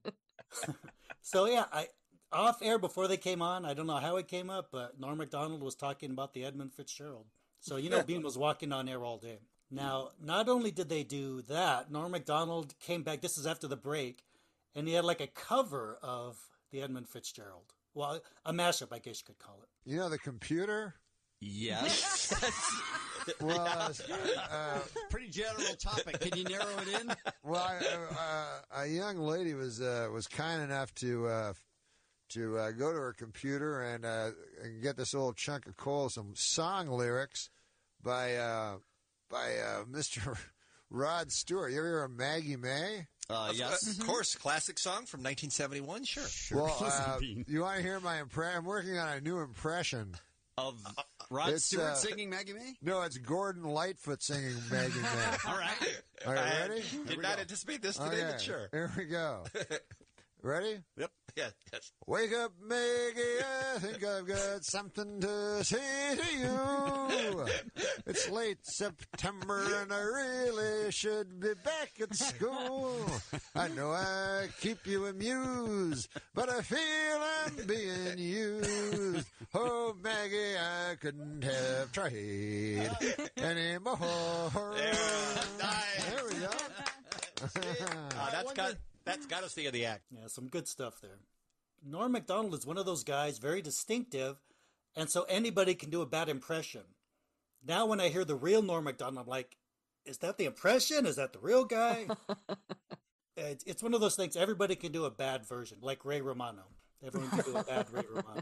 S4: So yeah, I off air before they came on. I don't know how it came up, but Norm Macdonald was talking about the Edmund Fitzgerald. So
S6: <laughs>
S4: you know, Bean was walking on air all day. Now, not only did they do that, Norm Macdonald came back. This is after the break, and he had like a cover of the Edmund Fitzgerald. Well, a mashup, I guess you could call it.
S19: You know the computer?
S7: Yes.
S19: Was uh,
S8: Pretty general topic. Can you narrow it in?
S19: well, I, uh, uh, a young lady was uh, was kind enough to uh, to uh, go to her computer and, uh, and get this old chunk of coal, some song lyrics by uh, by uh, <laughs> Mr. Rod Stewart. You ever hear of Maggie May?
S7: Uh, of course, classic
S8: Mm-hmm.
S7: song <laughs> from 1971. Sure,
S8: <laughs>
S19: well, uh, you want to hear my impression? I'm working on a new impression.
S8: Of Uh, Rod
S19: It's,
S8: Stewart
S19: uh,
S8: singing Maggie May?
S19: No, it's Gordon Lightfoot singing Maggie
S7: <laughs>
S19: May.
S8: All right.
S19: Are you
S7: I
S19: ready?
S7: did not anticipate this today, but sure.
S19: Oh, Here we go. Ready?
S7: Yep. Yeah. Yes.
S19: Wake up, Maggie. I think I've got something to say to you. It's late September and I really should be back at school. I know I keep you amused, but I feel I'm being used. Oh, Maggie, I couldn't have tried anymore. There we go.
S7: Uh, that's got that's got to stay in the act.
S4: Yeah, some good stuff there. Norm Macdonald is one of those guys, very distinctive, and so anybody can do a bad impression. Now, when I hear the real Norm Macdonald, I'm like, is that the impression? Is that the real guy? it's, it's one of those things. Everybody can do a bad version, like Ray Romano. Everyone can do a bad Ray Romano.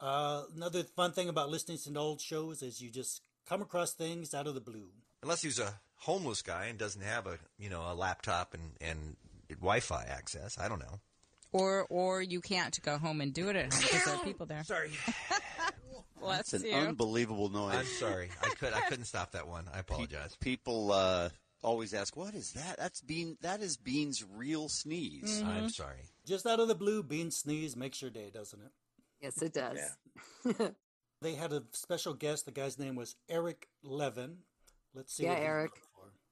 S4: Uh, another fun thing about listening to old shows is you just come across things out of the blue.
S7: Unless he's a homeless guy and doesn't have a you know a laptop and and Wi-Fi access. I don't know.
S9: Or or you can't go home and do it at home because there are people there.
S7: Sorry.
S9: Bless
S20: That's an
S9: you.
S20: unbelievable noise.
S7: I'm sorry. I could I couldn't stop that one. I apologize.
S20: People uh, always ask, "What is that?" That's Bean. That is Bean's real sneeze.
S4: Mhm. I'm
S7: sorry.
S4: Just out of the blue, Bean Sneeze makes your day, doesn't it?
S6: Yes, it does.
S4: They had a special guest. The guy's name was Eric Levin. Let's see.
S7: Yeah,
S4: what he-
S7: Eric.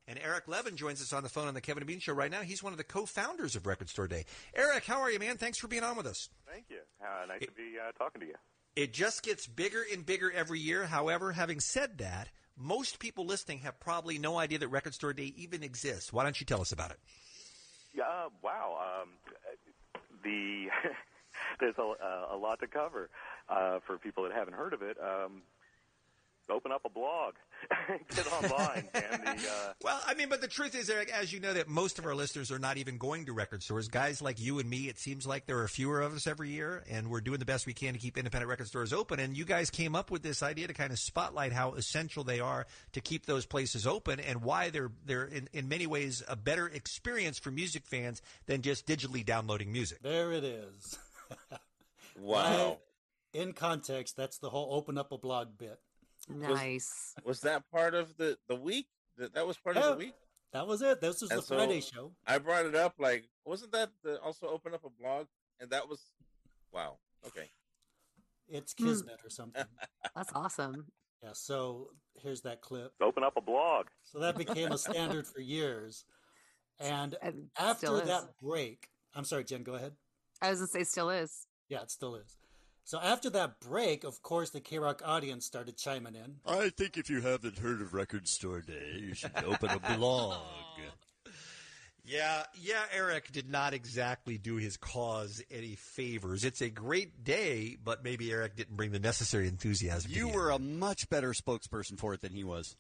S7: And Eric Levin joins us on the phone on the Kevin and Bean Show right now. He's one of the co-founders of Record Store Day. Eric, how are you, man? Thanks for being on with us.
S21: Thank you. Uh, nice to be uh, talking to you.
S7: It just gets bigger and bigger every year. However, having said that, most people listening have probably no idea that Record Store Day even exists. Why don't you tell us about it?
S21: Yeah, Uh, wow. Um, <laughs> the <laughs> there's a, uh, a lot to cover uh, for people that haven't heard of it. Um, open up a blog, <laughs> get online, and the uh,
S7: Well, I mean, but the truth is, Eric, as you know, that most of our listeners are not even going to record stores. Guys like you and me, it seems like there are fewer of us every year, and we're doing the best we can to keep independent record stores open. And you guys came up with this idea to kind of spotlight how essential they are to keep those places open and why they're they're in, in many ways a better experience for music fans than just digitally downloading music.
S4: There it is. <laughs>
S1: Wow.
S4: Right? In context, that's the whole open up a blog bit.
S1: Was- Was, that part of the the week? That, that was part of
S4: Yeah,
S1: the week.
S4: That was it. This was
S1: And
S4: the
S1: so
S4: Friday show.
S1: I brought it up. Like, wasn't that the, also open up a blog? And that was, Hmm. wow. Okay.
S4: It's Kismet
S1: <laughs>
S4: or something.
S6: That's awesome.
S4: Yeah, so here's that clip.
S21: open up a blog.
S4: So that became a standard for years.
S6: <laughs>
S4: And
S6: still
S4: after
S6: is.
S4: that break, I'm sorry, Jen, go ahead.
S6: I was gonna say, still is.
S4: Yeah, it still is. So after that break, of course, the K Rock audience started chiming in.
S22: I think if you haven't heard of Record Store Day, you should open a
S8: <laughs>
S22: blog.
S8: Oh,
S7: Yeah, yeah, Eric did not exactly do his cause any favors. It's a great day, but maybe Eric didn't bring the necessary enthusiasm.
S8: You were a much better spokesperson for it than he was.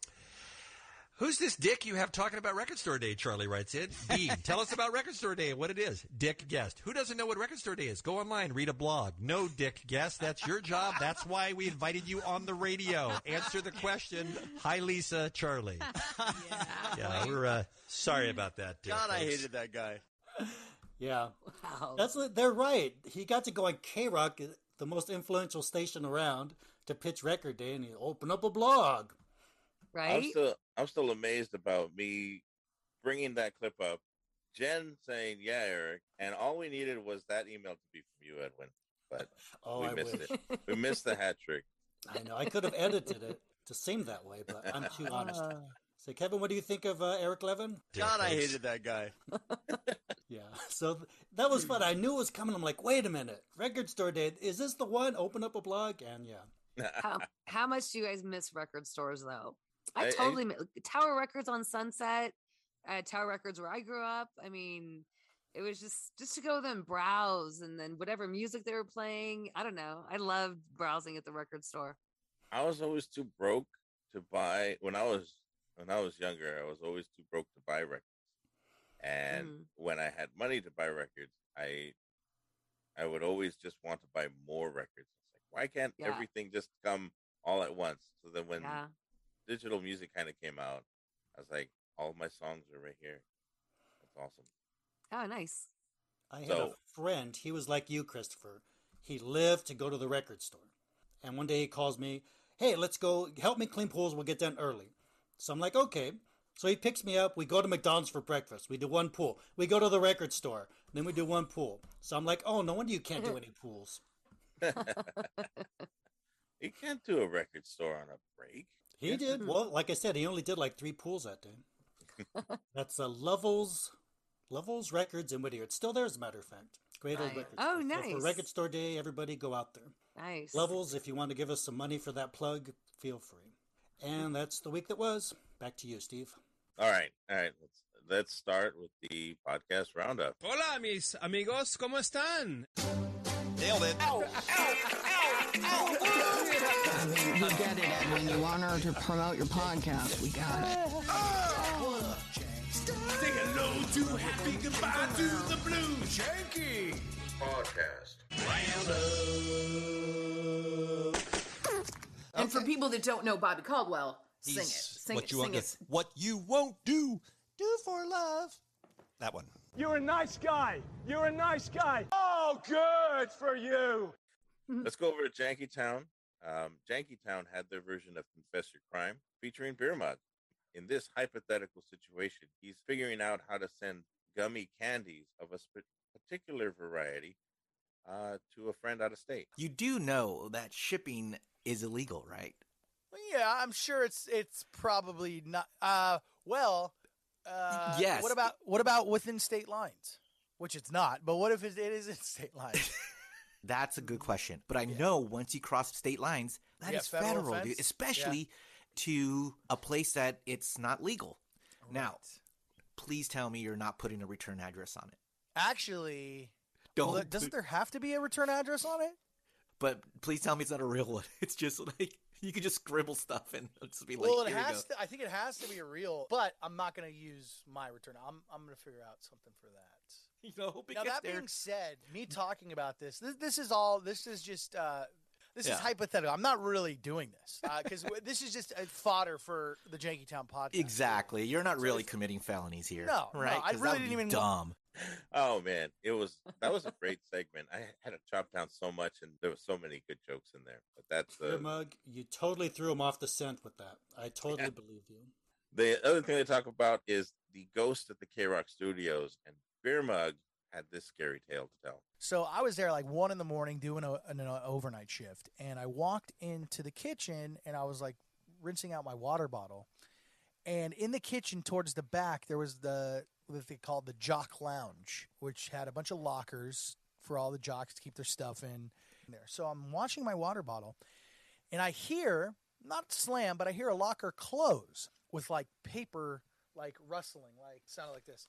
S7: Who's this dick you have talking about Record Store Day? Charlie writes in. Bean, tell us about Record Store Day and what it is. Dick guest. Who doesn't know what Record Store Day is? Go online, read a blog. No, Dick guest. That's your job. That's why we invited you on the radio. Answer the question. Hi, Lisa. Charlie. Yeah, we're uh, sorry about that. uh,
S8: God, I
S7: folks.
S8: hated that guy.
S4: Yeah. That's what- they're right. He got to go on K Rock, the most influential station around, to pitch record day, and he opened up a blog.
S1: I'm still I'm still amazed about me bringing that clip up. Jen saying, "Yeah, Eric," and all we needed was that email to be from you, Edwin. But
S4: <laughs> Oh,
S1: we
S4: I
S1: missed
S4: wish.
S1: it. We missed the hat trick.
S4: I know I could have edited it to seem that way, but I'm too honest. So, Kevin, what do you think of uh, Eric Levin?
S8: God, I hated that guy.
S4: <laughs> Yeah. So th- that was fun. I knew it was coming. I'm like, wait a minute, record store day. Is this the one? Open up a blog, and yeah.
S6: How, how much do you guys miss record stores though?
S4: I-
S6: I
S4: I-
S6: totally mi- Tower Records on Sunset, uh, Tower Records where I grew up. I mean, it was just just to go there and browse, and then whatever music they were playing. I don't know. I loved browsing at the record store.
S1: I was always too broke to buy when I was when I was younger. I was always too broke to buy records, and
S6: Mm.
S1: when I had money to buy records, I I would always just want to buy more records. It's like, why can't
S6: Yeah.
S1: everything just come all at once? So then when
S6: Yeah.
S1: digital music kind of came out, I was like, all my songs are right here. That's awesome.
S6: Oh, nice.
S4: I had
S1: So-
S4: a friend, he was like you, Christopher. He lived to go to the record store. And one day he calls me, Hey, let's go help me clean pools, we'll get done early. So I'm like, okay. So he picks me up, we go to McDonald's for breakfast, we do one pool. We go to the record store, then we do one pool. So I'm like, Oh, no wonder you can't do any pools.
S1: You can't do a record store on a break.
S4: He did. Well, like I said, he only did like three pools that day. That's a Lovel's Lovel's Records in Whittier. It's still there, as a matter of fact. Great old
S6: Right.
S4: record.
S6: Oh,
S4: store. So
S6: nice.
S4: for Record Store Day, everybody go out there.
S6: Nice.
S4: Levels, if you want to give us some money for that plug, feel free. And that's the week that was. Back to you, Steve.
S1: All right, all right. Let's let's start with the podcast roundup.
S23: Hola, mis amigos, ¿cómo están?
S7: Nailed it.
S3: You get it, Edwin. You want her to promote your podcast. We got it.
S23: Say hello to happy goodbye to the blue Shanky
S13: Podcast.
S5: And for people that don't know Bobby Caldwell, <laughs> sing it.
S7: He's
S5: Sing
S7: what
S5: it.
S7: you
S5: sing
S7: won't do.
S5: it.
S7: What you won't do. Do for love. That one.
S23: You're a nice guy. You're a nice guy. Oh, good for you.
S4: Mm.
S1: Let's go over to Jankytown. Um, Jankytown had their version of Confess Your Crime featuring Beer Mug. In this hypothetical situation, he's figuring out how to send gummy candies of a sp- particular variety uh, to a friend out of state.
S24: You do know that shipping is illegal, right?
S25: Yeah, I'm sure it's it's probably not. Uh, well, uh,
S24: Yes.
S25: What about what about within state lines? Which it's not, but what if it, it is in <laughs> state lines?
S8: <laughs>
S24: That's a good question. But I know once you cross state lines, that is
S25: Yeah, federal
S24: federal,
S25: offense.
S24: dude,
S25: Yeah.
S24: especially to a place that it's not legal. Now, please tell me you're not putting a return address on it.
S25: Actually,
S24: Don't
S25: well, doesn't there have to be a return address on it?
S24: But please tell me it's not a real one. <laughs> It's just like you can just scribble stuff and it'll just be like,
S25: well, it
S24: here you
S25: has.
S24: go.
S25: To, I think it has to be a real. But I'm not going to use my return. I'm I'm going to figure out something for that.
S24: <laughs> You know,
S25: now
S24: because
S25: that
S24: they're- Mm.
S25: being said, me talking about this, this, this is all. This is just. Uh, this
S24: Yeah.
S25: is hypothetical. I'm not really doing this <laughs> because this is just a fodder for the Jankytown podcast.
S24: Exactly. You're not really committing felonies here.
S25: No, no,
S24: right?
S25: I
S24: 'Cause that
S25: really
S24: would
S25: didn't
S24: be
S25: even-
S24: dumb.
S1: Oh man, it was that was a
S4: <laughs>
S1: great segment. I had to chop down so much, and there was so many good jokes in there. But that's
S4: Beer
S1: the
S4: mug, you totally threw him off the scent with that. I
S1: <laughs>
S4: totally believe you.
S1: The other thing they talk about is the ghost at the K Rock Studios, and Beer Mug had this scary tale to tell.
S25: So I was there like one in the morning doing a, an, uh, overnight shift, and I walked into the kitchen and I was like rinsing out my water bottle, and in the kitchen towards the back there was the what they called the Jock Lounge, which had a bunch of lockers for all the jocks to keep their stuff in there. So I'm washing my water bottle, and I hear not slam, but I hear a locker close with like paper like rustling, like sounded like this.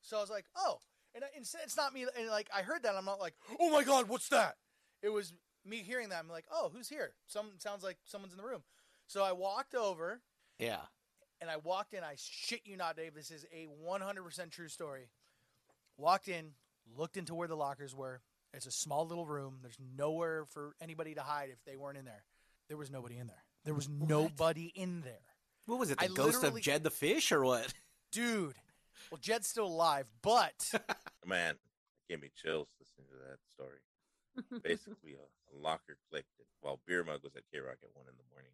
S25: So I was like, oh, and I- instead it's not me. And like I heard that, I'm not like, oh my god, what's that? It was me hearing that. I'm like, oh, who's here? Some sounds like someone's in the room. So I walked over
S24: Yeah.
S25: and I walked in. I shit you not, Dave. This is a 100% true story. Walked in, looked into where the lockers were. It's a small little room. There's nowhere for anybody to hide if they weren't in there. There was nobody in there. There was nobody in there.
S24: What was it? The
S25: I
S24: ghost
S25: literally-
S24: of Jed the fish or what?
S25: Dude. Well, Jed's still alive, but
S1: Man, it gave me chills listening to that story. Basically, a, a locker clicked it while Beer Mug was at K Rock at one in the morning.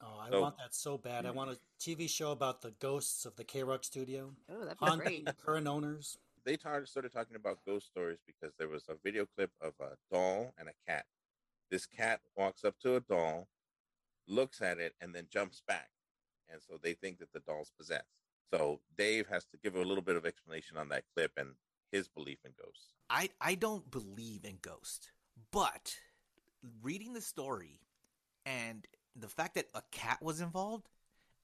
S4: Oh, I
S1: So-
S4: want that so bad. I want a TV show about the ghosts of the K Rock studio.
S6: Oh, that'd be
S4: haunting
S6: great.
S4: the current owners.
S1: They tar- started talking about ghost stories because there was a video clip of a doll and a cat. This cat walks up to a doll, looks at it, and then jumps back. And so they think that the doll's possessed. So Dave has to give a little bit of explanation on that clip and his belief in ghosts.
S24: I, I don't believe in ghosts, but reading the story and the fact that a cat was involved,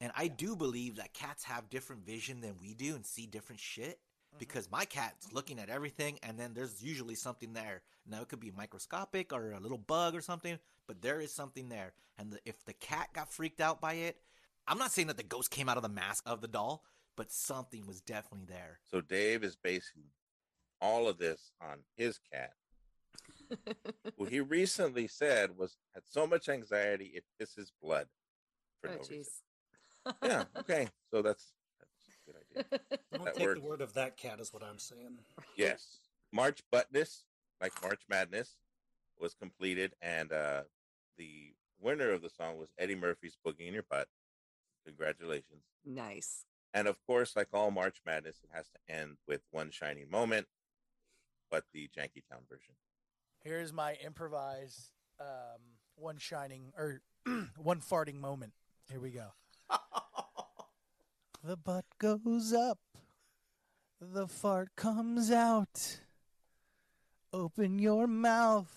S24: and I do believe that cats have different vision than we do and see different shit. Because my cat's looking at everything, and then there's usually something there. Now it could be microscopic or a little bug or something, but there is something there. And the, if the cat got freaked out by it, I'm not saying that the ghost came out of the mask of the doll, but something was definitely there.
S1: So Dave is basing all of this on his
S6: <laughs>
S1: cat, who he recently said was had so much anxiety it pisses blood. for no
S6: Oh,
S1: reason.
S6: jeez. <laughs>
S1: Yeah. Okay. So that's that's a good idea.
S4: Don't
S1: That
S4: take
S1: worked.
S4: the word of that cat, is what I'm saying.
S1: Yes. March Buttness, like March Madness, was completed, and uh, the winner of the song was Eddie Murphy's Boogie in Your Butt. Congratulations.
S6: Nice.
S1: And of course, like all March Madness, it has to end with one shining moment, but the Janky Town version.
S25: Here's my improvised um, one shining or <clears throat> one farting moment. Here we go. the butt goes up, the fart comes out. Open your mouth.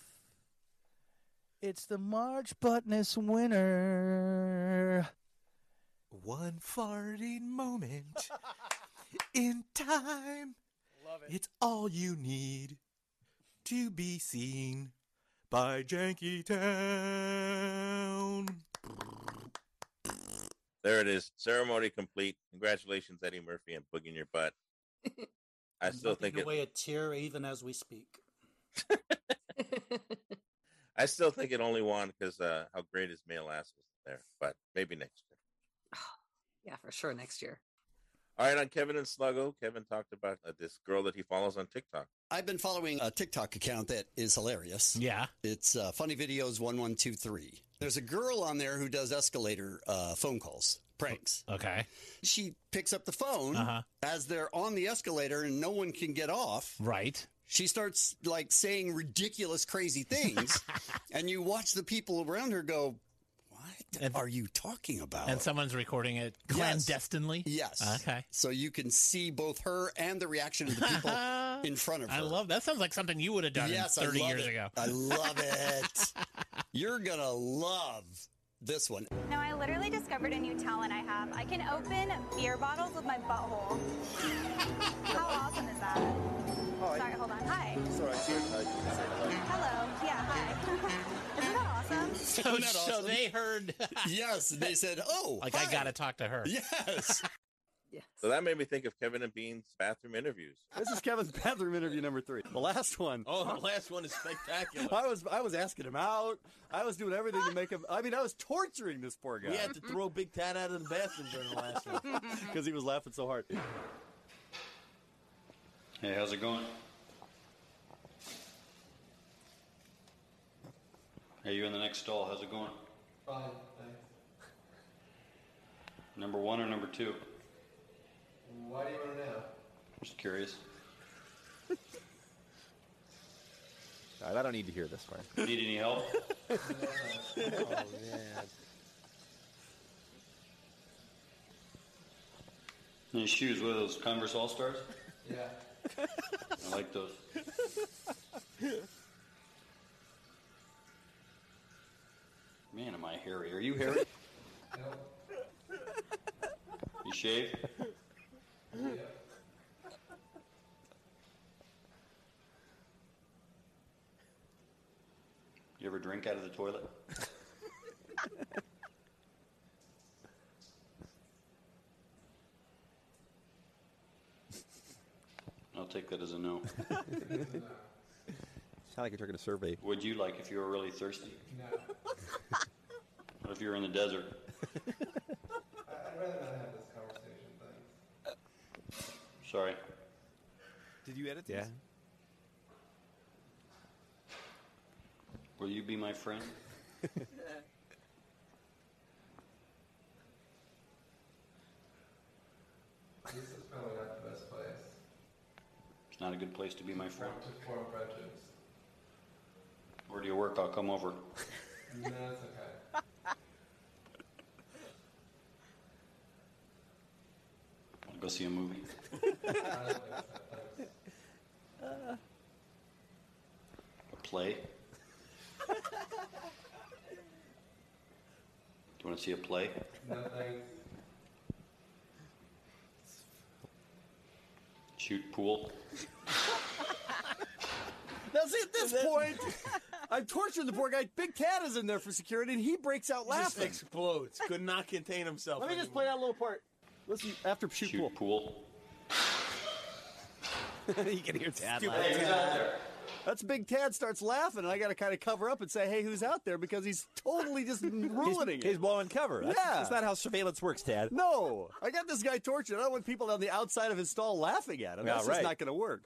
S25: It's the March Buttness winner.
S24: One farting moment in time.
S25: Love
S24: It's all you need to be seen by Janky Town.
S1: There it is. Ceremony complete. Congratulations, Eddie Murphy, and Boogie in Your
S7: <laughs>
S1: Butt. I
S4: I'm
S1: still
S4: wiping
S1: think it,
S4: away a tear even as we speak.
S1: I still think it only won because uh, how great his male ass was there. But maybe next year.
S6: Yeah, for sure. Next
S4: <laughs>
S6: year. <laughs>
S1: All right, on Kevin and Sluggo, Kevin talked about uh, this girl that he follows on TikTok.
S8: I've been following a TikTok account that is hilarious.
S1: Yeah.
S8: It's uh, Funny Videos 1123. There's a girl on there who does escalator uh, phone calls, pranks.
S7: Okay. Uh-huh.
S8: She picks up the phone as they're on the escalator and no one can get off.
S7: Right.
S8: She starts like saying ridiculous,
S7: <laughs>
S8: crazy things. and you watch the people around her go, What are you talking about?
S7: And someone's recording it
S8: Yes.
S7: clandestinely?
S8: Yes.
S7: Okay.
S8: So you can see both her and the reaction of
S7: <laughs>
S8: the people in front of her.
S7: I love that. Sounds like something you would have done
S8: Yes, I
S7: 30
S8: love
S7: years
S8: it.
S7: ago.
S8: I love
S13: <laughs>
S7: <laughs>
S8: it. You're going to love this one.
S2: No, I literally discovered a new talent I have. I can open beer bottles with my butthole. How awesome is that? Sorry, hold on. Hi.
S26: Sorry,
S2: Hello. Yeah, hi. <laughs> Isn't that awesome?
S7: So,
S8: Isn't that
S7: so
S8: awesome?
S7: they heard.
S8: <laughs> yes, they said, "Oh,
S7: like I got to talk to her."
S8: Yes.
S1: So that made me think of Kevin and Bean's bathroom interviews.
S18: This is Kevin's bathroom interview number three. The last one.
S1: Oh,
S8: <laughs>
S1: the
S18: last one is spectacular. I was I was asking him out. I was doing everything to make him. I mean, I was torturing this poor guy.
S7: We had to
S18: throw Big Tad out of the bathroom during the last <laughs> one because he was laughing so hard.
S11: Hey, how's it going? Hey, you in the next stall. How's it going?
S13: Fine,
S11: Number one or number two?
S13: Why do you want to know?
S11: Just
S18: <laughs>
S11: curious.
S18: All right, I don't need to hear this part.
S11: Need any help? <laughs> Any shoes? What are those? Converse All Stars?
S13: Yeah.
S11: I like
S13: <laughs>
S11: those. Man, am I hairy? Are you hairy? You shave? You ever drink out of the toilet? I'll take that as
S18: <laughs>
S11: a no.
S18: Sound like you're taking a survey.
S11: Would you like if you were really thirsty?
S13: No.
S11: What if you were in the desert?
S13: I'd rather not have this conversation, thanks.
S11: Sorry.
S18: Did you edit?
S11: Yeah. Will you be my friend?
S13: This is probably not the best place
S11: It's not a good place to be my friend.
S13: to form friendships.
S11: Where do you work? I'll come over.
S13: No, it's okay.
S11: I'll go see a movie. A
S18: <laughs>
S11: play? Do you want to see a play?
S13: No, thanks.
S11: Shoot pool?
S18: Now see at this point, I'm torturing the poor guy. Big Cat is in there for security, and he breaks out
S11: Just
S18: laughing. explodes. Could not contain himself. Let me just play that little part. Listen, after <laughs> shoot,
S11: pool.
S18: you can hear Tad
S11: Hey, who's out there? That's Big Tad starts laughing, and I got to kind of cover up and say, "Hey, who's out there?" Because he's totally just <laughs> ruining it.
S12: he's, He's blowing cover. That's,
S11: Yeah.
S12: that's not how surveillance works, Tad.
S11: No, I got this guy tortured. I don't want people on the outside of his stall laughing at him.
S12: Yeah,
S11: That's
S12: right.
S11: just not going to work.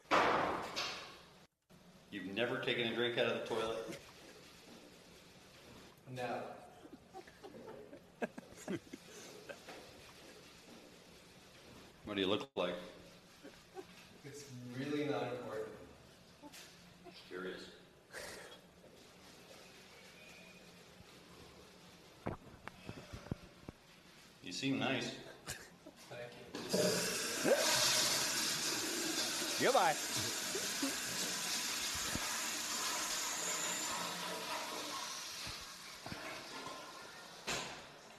S14: You've never taken a drink out of the toilet.
S16: No.
S14: What do you look like?
S16: It's really not important.
S14: Just curious. You seem nice.
S6: <laughs>
S12: Goodbye.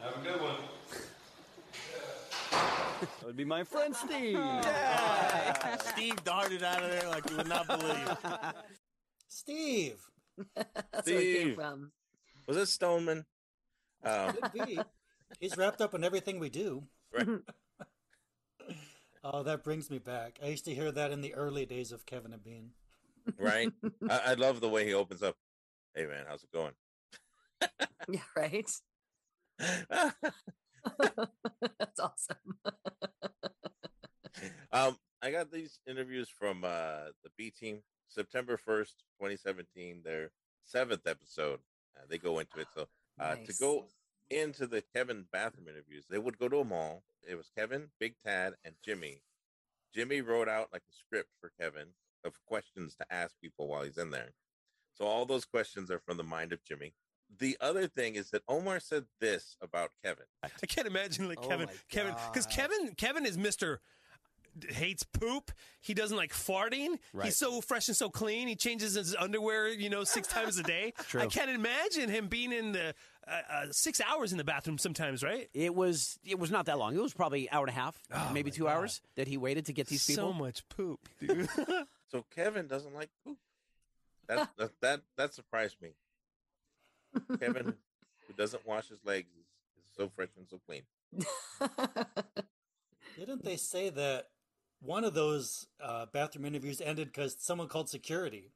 S14: Have a good one.
S11: That would be my friend Steve.
S12: Steve darted out of there like you would not believe.
S4: Steve.
S6: <laughs> That's where it came
S1: Steve.
S6: from.
S1: Was it Stoneman? Um,
S4: Could be. He's wrapped up in everything we do.
S1: Right.
S4: <laughs> oh, that brings me back. I used to hear that in the early days of Kevin and Bean.
S1: right? I, I love the way he opens up. Hey man, how's it going?
S6: Yeah, right. <laughs> That's awesome. <laughs>
S1: Um, I got these interviews from uh, the B team, September first, twenty seventeen. Their seventh episode. Uh, they go into it. So uh, to
S17: Nice.
S1: go into the Kevin bathroom interviews, they would go to a mall. It was Kevin, Big Tad, and Jimmy. Jimmy wrote out like a script for Kevin of questions to ask people while he's in there. So all those questions are from the mind of Jimmy. The other thing is that Omar said this about Kevin.
S18: I can't imagine like
S1: Oh
S18: Kevin,
S1: my
S18: Kevin, because
S1: God.
S18: Kevin, Kevin is Mister hates poop. He doesn't like farting.
S12: Right.
S18: He's so fresh and so clean. He changes his underwear, you know, six times a day.
S12: <laughs> True.
S18: I can't imagine him being in the uh, uh, six hours in the bathroom sometimes. Right? Oh
S12: It was it was not that long. It was probably hour and a half, maybe two hours that he waited to get these people.
S18: So
S12: <laughs>
S18: much
S6: <laughs>
S18: poop, dude.
S1: So Kevin doesn't like poop. That's, that that that surprised me. Kevin, who doesn't wash his legs, is, is so fresh and so clean.
S4: Didn't they say that one of those uh, bathroom interviews ended because someone called security?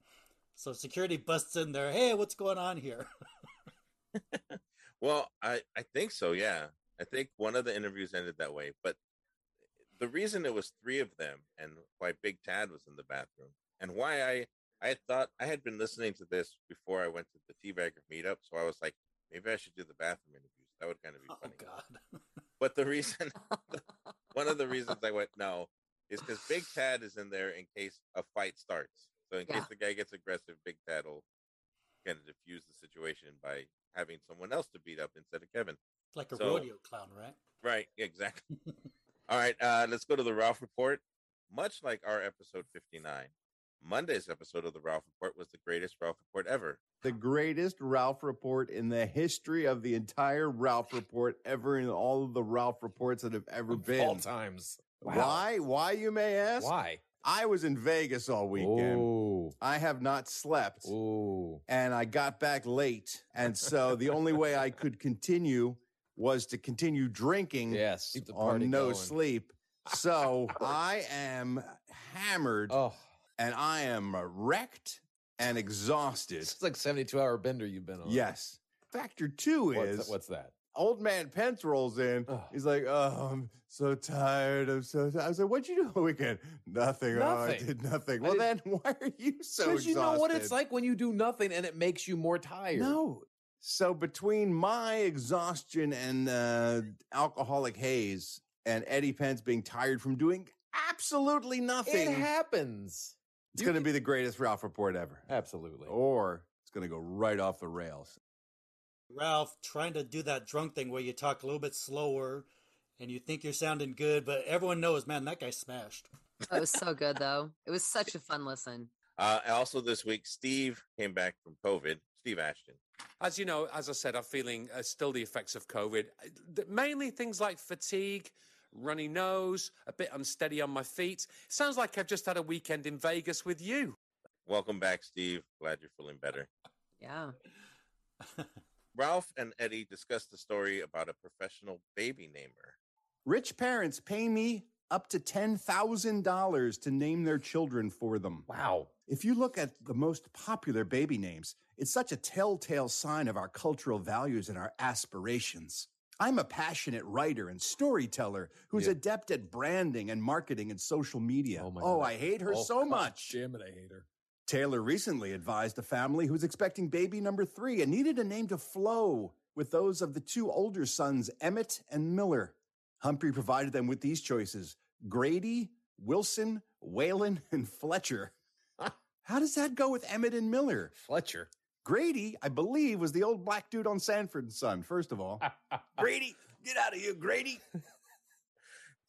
S4: So security busts in there. Hey, what's going on here? <laughs>
S1: Well, I I think so. Yeah, I think one of the interviews ended that way. But the reason it was three of them, and why Big Tad was in the bathroom, and why I I thought I had been listening to this before I went to the Teabagger meetup, so I was like, maybe I should do the bathroom interviews. That would kind of be funny.
S4: God.
S1: But the reason, <laughs> one of the reasons I went no, is because
S4: <laughs>
S1: Big Tad is in there in case a fight starts. So in
S6: Yeah.
S1: case the guy gets aggressive, Big Tad will kind of diffuse the situation by having someone else to beat up instead of Kevin.
S4: Like a
S1: So-
S4: rodeo clown, right?
S1: Right,
S4: <laughs>
S1: exactly. All right, uh, let's go to the Ralph Report. Much like our episode 59, Monday's episode of the Ralph Report was the greatest Ralph Report ever.
S15: the greatest Ralph report in the history of the entire Ralph report ever in all of the Ralph reports that have ever been.
S19: all times. Wow.
S15: Why? Why you may ask?
S19: Why?
S15: I was in Vegas all weekend. I have not slept. And I got back late. And so the only way I could continue was to continue drinking yes,
S19: the party
S15: on no
S19: going.
S15: sleep.
S19: <laughs>
S15: So I am hammered
S19: Oh.
S15: and I am wrecked and exhausted. It's
S19: like 72 hour bender you've been on.
S15: Yes. Factor two
S19: What's-
S15: is
S19: what's that?
S15: Old man Pence rolls in. He's like, "Oh, I'm so tired. I'm so." Tired. I was like, "What'd you do all weekend? <laughs> Nothing. Oh, I
S19: Nothing.
S15: did nothing.
S19: I
S15: Well, then <laughs>
S19: didn't-
S15: why are you so?
S19: Because you know what it's
S15: exhausted?"
S19: like when you do nothing and it makes you more tired.
S15: No. So between my exhaustion and uh, alcoholic haze, and Eddie Pence being tired from doing absolutely nothing,
S19: It happens.
S15: it's going to be the greatest Ralph report ever.
S19: Absolutely.
S15: Or it's going to go right off the rails.
S4: Ralph trying to do that drunk thing where you talk a little bit slower and you think you're sounding good, but everyone knows, man, that guy smashed.
S6: That was so good though. It was such a fun listen.
S1: Uh, also, this week, Steve came back from COVID, Steve Ashton.
S27: As you know, as I said, I'm feeling uh, still the effects of COVID. Uh, th- Mainly things like fatigue, runny nose, a bit unsteady on my feet. Sounds like I've just had a weekend in Vegas with you.
S1: Welcome back, Steve. Glad you're feeling better.
S6: Yeah.
S1: <laughs> Ralph and Eddie discussed the story about a professional baby namer.
S15: Rich parents pay me up to $10,000 to name their children for them. Wow. If you look at the most popular baby names, it's such a telltale sign of our cultural values and our aspirations. I'm a passionate writer and storyteller who's adept at branding and marketing and social media. <laughs> Oh, I hate her
S19: Oh,
S15: so
S19: God
S15: much.
S19: Damn it, I hate her.
S15: Taylor recently advised a family who's expecting baby number three and needed a name to flow with those of the two older sons, Emmett and Miller. Humphrey provided them with these choices Grady, Wilson, Whalen, <laughs> and Fletcher. How does that go with Emmett and Miller? Fletcher. Grady, I believe, was the old black dude on Sanford and Son, first of
S19: <laughs>
S15: all. Grady, get out of here, Grady.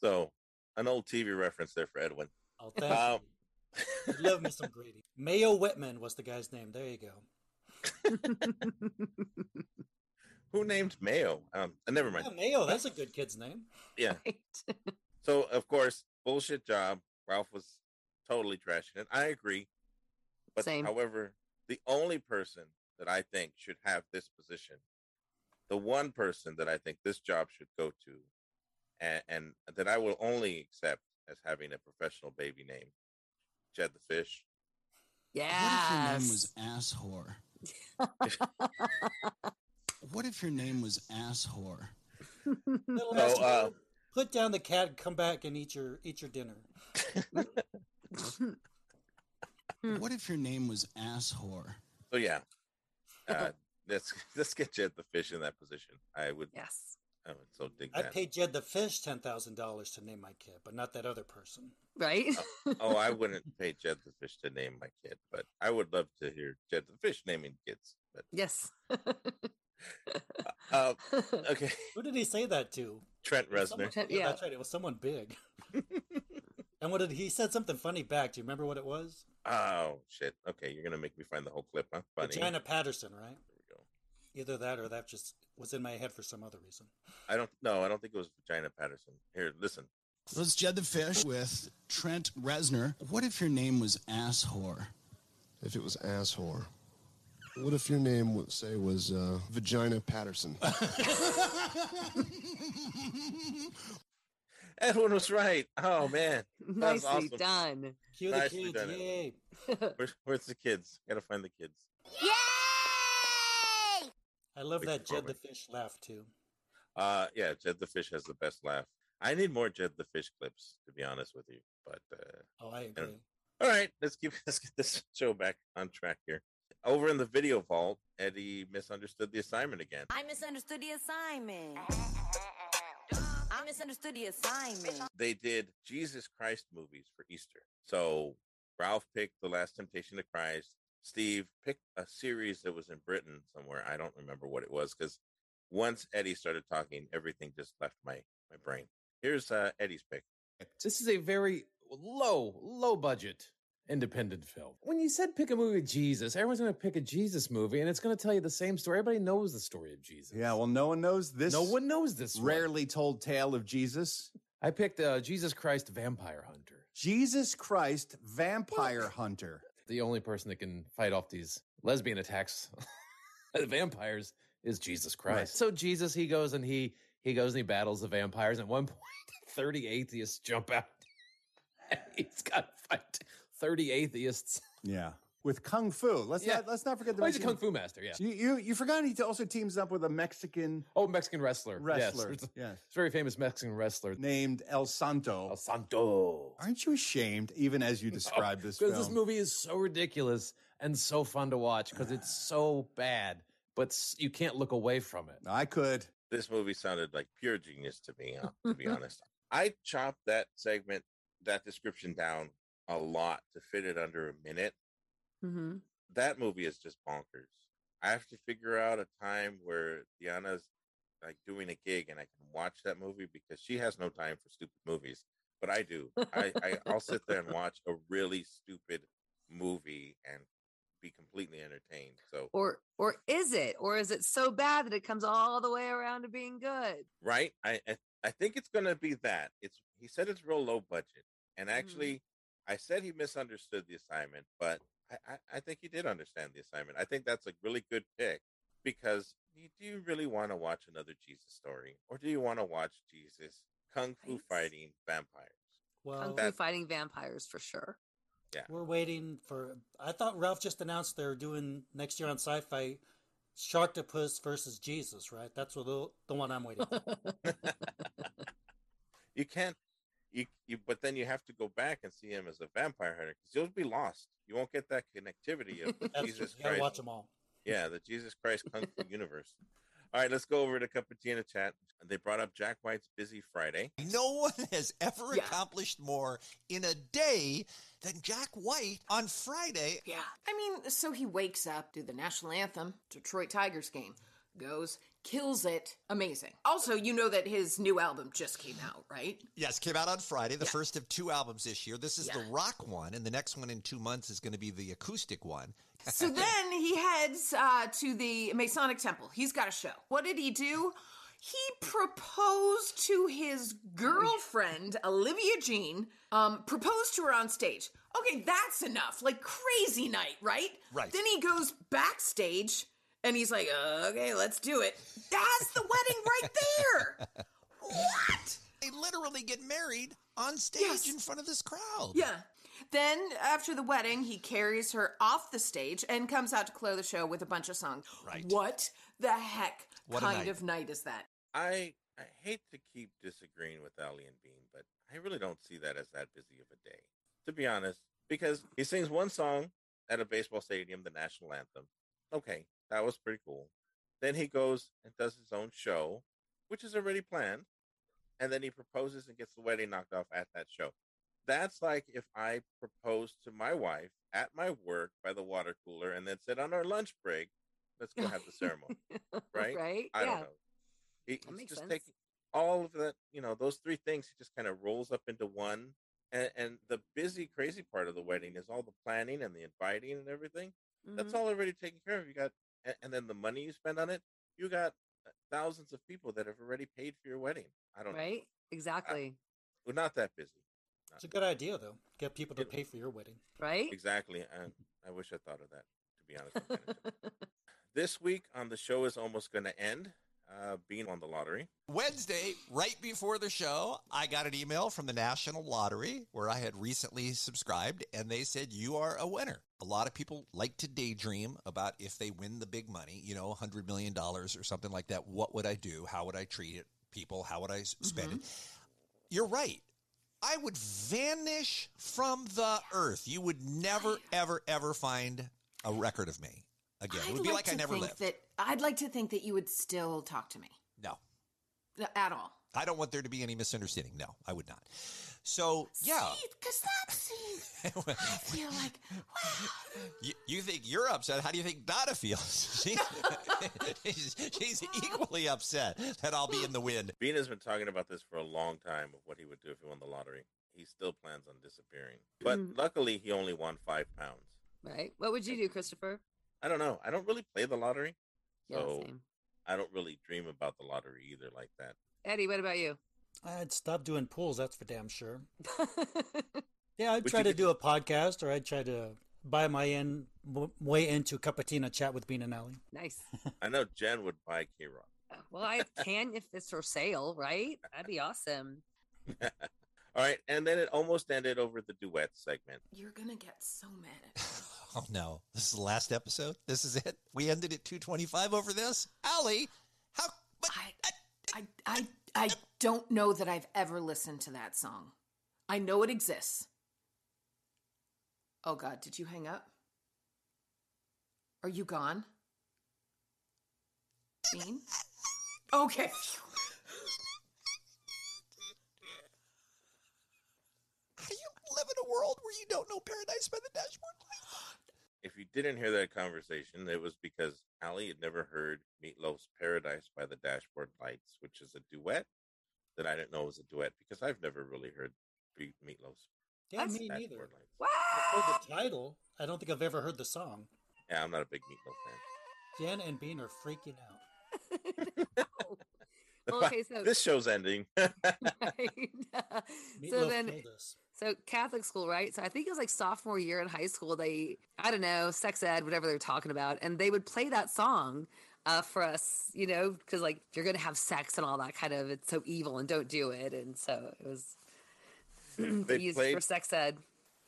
S1: So, an old TV reference there for Edwin. Uh,
S4: Oh, thank <laughs> you. I love me some Grady. Mayo Whitman was the guy's name. There you go.
S1: Who named Mayo? Um, uh, never mind.
S4: Yeah, Mayo, that's a good kid's name.
S6: <laughs>
S1: Yeah. so of course, bullshit job. Ralph was totally trashing it. I agree. But
S6: Same.
S1: however, the only person that I think should have this position, the one person that I think this job should go to, and, and that I will only accept as having a professional baby name, Jed the Fish.
S6: Yeah.
S3: ass whore? what if your name was ass whore?
S4: Little
S1: So,
S4: Master,
S1: uh,
S4: put down the cat, come back and eat your eat
S6: <laughs>
S4: your dinner.
S3: What if your name was ass whore?
S1: So yeah,
S6: <laughs>
S1: uh, let's <laughs> let's get Jed the Fish in that position. I would.
S6: Yes.
S1: I would so dig
S4: I
S1: that.
S4: paid Jed the Fish ten thousand dollars to name my kid, but not that other person.
S6: Right?
S1: oh, I wouldn't pay Jed the Fish to name my kid, but I would love to hear Jed the Fish naming kids. But
S6: yes.
S1: uh, okay,
S4: Who did he say that to?
S1: Trent
S4: It was someone-
S1: Reznor.
S4: yeah, that's right. It was someone
S6: <laughs>
S4: big. and what did he said something funny back? Do you remember what it was?
S1: Oh shit. Okay, you're gonna make me find the whole clip. Huh? Funny.
S4: Regina Patterson, right? Either that or that just was in my head for some other reason.
S1: I don't. No, I don't think it was Vagina Patterson. Here, listen.
S3: Let's Jed the Fish with Trent Reznor. What if your name was ass whore?
S9: If it was ass whore. What if your name, would say, was uh, Vagina Patterson?
S1: Edwin was right. Oh man, that was
S6: Nicely
S1: awesome.
S6: done.
S4: Cue
S6: the
S1: Nicely
S6: kids,
S1: done, Edwin.
S4: <laughs>
S1: Where's, where's the kids? Gotta find the kids.
S4: I love that Jed the
S1: Corbin.
S4: Fish laugh too.
S1: Uh, yeah, Jed the Fish has the best laugh. I need more Jed the Fish clips, to be honest with you. But uh,
S4: oh, I
S1: don't-
S4: agree.
S1: All right, let's keep <laughs> let's get this show back on track here. Over in the video vault, Eddie misunderstood the assignment again.
S17: I misunderstood the assignment. I misunderstood the assignment.
S1: They did Jesus Christ movies for Easter. So Ralph picked The Last Temptation of Christ. Steve picked a series that was in Britain somewhere. I don't remember what it was because once Eddie started talking, everything just left my my brain. Here's uh, Eddie's pick.
S19: This is a very low, low budget independent film. When you said pick a movie with Jesus, everyone's going to pick a Jesus movie and it's going to tell you the same story. Everybody knows the story of Jesus.
S15: Yeah, well, no one knows this.
S19: No one knows this.
S15: Rarely told tale of Jesus.
S19: I picked uh, Jesus Christ Vampire Hunter.
S15: Jesus Christ
S19: <laughs>
S15: Vampire Hunter.
S19: The only person that can fight off these lesbian attacks, <laughs> the vampires, is Jesus Christ.
S15: Right.
S19: So Jesus, he goes and he he goes and he battles the vampires. At one <laughs> point, thirty atheists jump out. <laughs> He's got to fight thirty atheists.
S15: Yeah. With Kung Fu. Let's
S19: Yeah.
S15: not let's not forget the
S19: Oh, he's a
S15: Mexican-
S19: kung fu master, yeah.
S15: You, you you forgot he also teams up with a Mexican
S19: Oh, Mexican wrestler. Yes.
S15: wrestler.
S19: <laughs> It's a-
S15: Yes.
S19: it's a very famous Mexican wrestler.
S15: named El Santo. El
S19: Santo.
S15: Aren't you ashamed even
S19: <laughs>
S15: as you describe this film?
S19: Because this movie is so ridiculous and so fun to watch because it's so bad, but s- you can't look away from it.
S15: I could.
S1: This movie sounded like pure genius to me, uh,
S15: <laughs>
S1: to be honest. I chopped that segment, that description down a lot to fit it under a minute.
S6: Mm-hmm.
S12: <laughs>
S1: That movie is just bonkers. I have to figure out a time where Diana's like doing a gig and I can watch that movie because she has no time for stupid movies, but I do. I, I I'll sit there and watch a really stupid movie and be completely entertained. So
S6: Or or is it? Or is it so bad that it comes all the way around to being good?
S1: right? I I, I think it's going to be that. It's he said it's real low budget,
S4: Mm-hmm.
S1: and actually, I said he misunderstood the assignment, but I, I I think he did understand the assignment. I think that's a really good pick because you- do you really want to watch another Jesus story, or do you want to watch Jesus kung fu
S6: Right.
S1: fighting vampires?
S6: Kung
S4: Well,
S6: Fu Fighting Vampires for sure.
S4: we're waiting for. I thought Ralph just announced they're doing next year on Sci Fi Sharktopus versus Jesus, right? That's what the, the one I'm
S6: <laughs>
S4: waiting for.
S1: You can't. You, you but then you have to go back and see him as a vampire hunter because you'll be lost. You won't get that connectivity of the
S4: <laughs> That's
S1: Jesus
S4: you gotta
S1: Christ.
S4: watch them all.
S1: Yeah, the Jesus Christ Kung Fu universe. All right, let's go over to Cupertina chat. They brought up Jack White's Busy Friday.
S7: No one has ever accomplished more in a day than Jack White on Friday.
S5: Yeah. I mean, so he wakes up to the national anthem, Detroit Tigers game, goes, kills it. Amazing. Also, you know that his new album just came out, right?
S7: Yes, came out on Friday, the
S5: Yeah.
S7: first of two albums this year. This is the
S5: Yeah.
S7: rock one, and the next one in two months is going to be the acoustic one.
S5: So then he heads uh, to the Masonic Temple. He's got a show. What did he do? He proposed to his girlfriend, Olivia Jean, um, proposed to her on stage. Okay, that's enough. Like crazy night, right?
S7: Right.
S5: Then he goes backstage and he's like, okay, let's do it. That's the wedding right there. What?
S7: <laughs> They literally get married on stage in front of this
S1: Oh.
S7: crowd.
S5: Yeah. Then after the wedding, he carries her off the stage and comes out to close the show with a bunch of songs. Right. What the heck
S1: What a
S5: kind
S1: night.
S5: of night is that?
S1: I I hate to keep disagreeing with Ali and Bean, but I really don't see that as that busy of a day, to be honest. Because he sings one song at a baseball stadium, the national anthem. Okay, that was pretty cool. Then he goes and does his own show, which is already planned, and then he proposes and gets the wedding knocked off at that show. That's like if I proposed to my wife at my work by the water cooler and then said on our lunch break, let's go have the ceremony.
S6: <laughs>
S1: right?
S6: Right?
S1: I don't
S6: Yeah.
S1: know. It,
S6: That
S1: it's
S6: makes
S1: just
S6: sense.
S1: taking all of that, you know, those three things he just kind of rolls up into one. And, and the busy, crazy part of the wedding is all the planning and the inviting and everything. That's
S6: Mhm.
S1: all already taken care of. You got, and, and then the money you spend on it, you got uh, thousands of people that have already paid for your wedding. I don't know.
S6: Right? Exactly.
S1: We're Ah, not that busy.
S4: It's a good idea, though. Get people to pay for your wedding.
S6: Right?
S1: Exactly. And I wish I thought of that, to be honest. I'm
S6: <laughs>
S1: kinda jealous. this week on the show is almost going to end. Uh, being on the lottery.
S7: Wednesday, right before the show, I got an email from the National Lottery where I had recently subscribed, and they said, You are a winner. A lot of people like to daydream about if they win the big money, you know, $100 million or something like that. What would I do? How would I treat it? People, how would I s- spend
S5: Mm-hmm.
S7: it? You're right. I would vanish from the earth. You would never, ever, ever find a record of me again. it would be like, I
S5: to
S7: never
S5: think
S7: lived.
S5: That, I'd like to think that you would still talk to me
S7: no.
S5: No, at all.
S7: I don't want there to be any misunderstanding. No, I would not. So, yeah.
S5: Because
S7: <laughs>
S5: that seems, I feel like,
S7: You, you think you're upset? How do you think Donna feels? <laughs> She's, <laughs> she's, she's equally upset that I'll be in the wind.
S1: Bean has been talking about this for a long time of what he would do if he won the lottery. He still plans on disappearing. But
S6: Mhm.
S1: luckily, he only won five pounds.
S6: Right? What would you do, Christopher?
S1: I don't know. I don't really play the lottery.
S6: Yeah,
S1: so
S6: same.
S1: I don't really dream about the lottery either like that.
S6: Eddie, what about you?
S4: I'd stop doing pools, that's for
S1: <laughs>
S4: damn sure. yeah, I'd try
S1: you
S4: to do a podcast or I'd try to buy my in, w- way into Cupertina chat with Bean and Alley. <laughs>
S6: Nice.
S1: I know Jen would buy K Rock.
S6: Well, I can if it's for sale, right? That'd be awesome.
S1: All right. And then it almost ended over the duet segment.
S5: you're going to get so mad at
S7: Oh no! This is the last episode. This is it. We ended at 225 over this. Allie, how?
S5: I, I, I don't know that I've ever listened to that song. I know it exists. Oh God, did you hang up? Are you gone? Bean? Okay.
S7: you live in a world where you don't know paradise by the dashboard
S1: If you didn't hear that conversation, it was because Allie had never heard Meatloaf's Paradise by the Dashboard Lights, which is a duet that I didn't know was a duet because I've never really heard Be- Meatloaf's.
S4: Yeah,
S1: That's-
S4: me
S1: that's
S4: neither.
S1: borderline.
S4: I've heard the title. I don't think I've ever heard the song.
S1: Yeah, I'm not a big Meatloaf fan.
S4: Jen and Bean are freaking out.
S6: Well, okay, so
S1: this
S6: <laughs>
S1: show's ending. <laughs>
S6: right? so
S4: Meatloaf
S6: then,
S4: killed us.
S6: so Catholic school, right? So I think it was like sophomore year in high school. They, I don't know, sex ed, whatever they're talking about, and they would play that song uh, for us, you know, because like you're gonna have sex and all that kind of. It's so evil and don't do it, and so it was. <clears throat>
S1: They
S6: used for
S1: played-
S6: sex ed.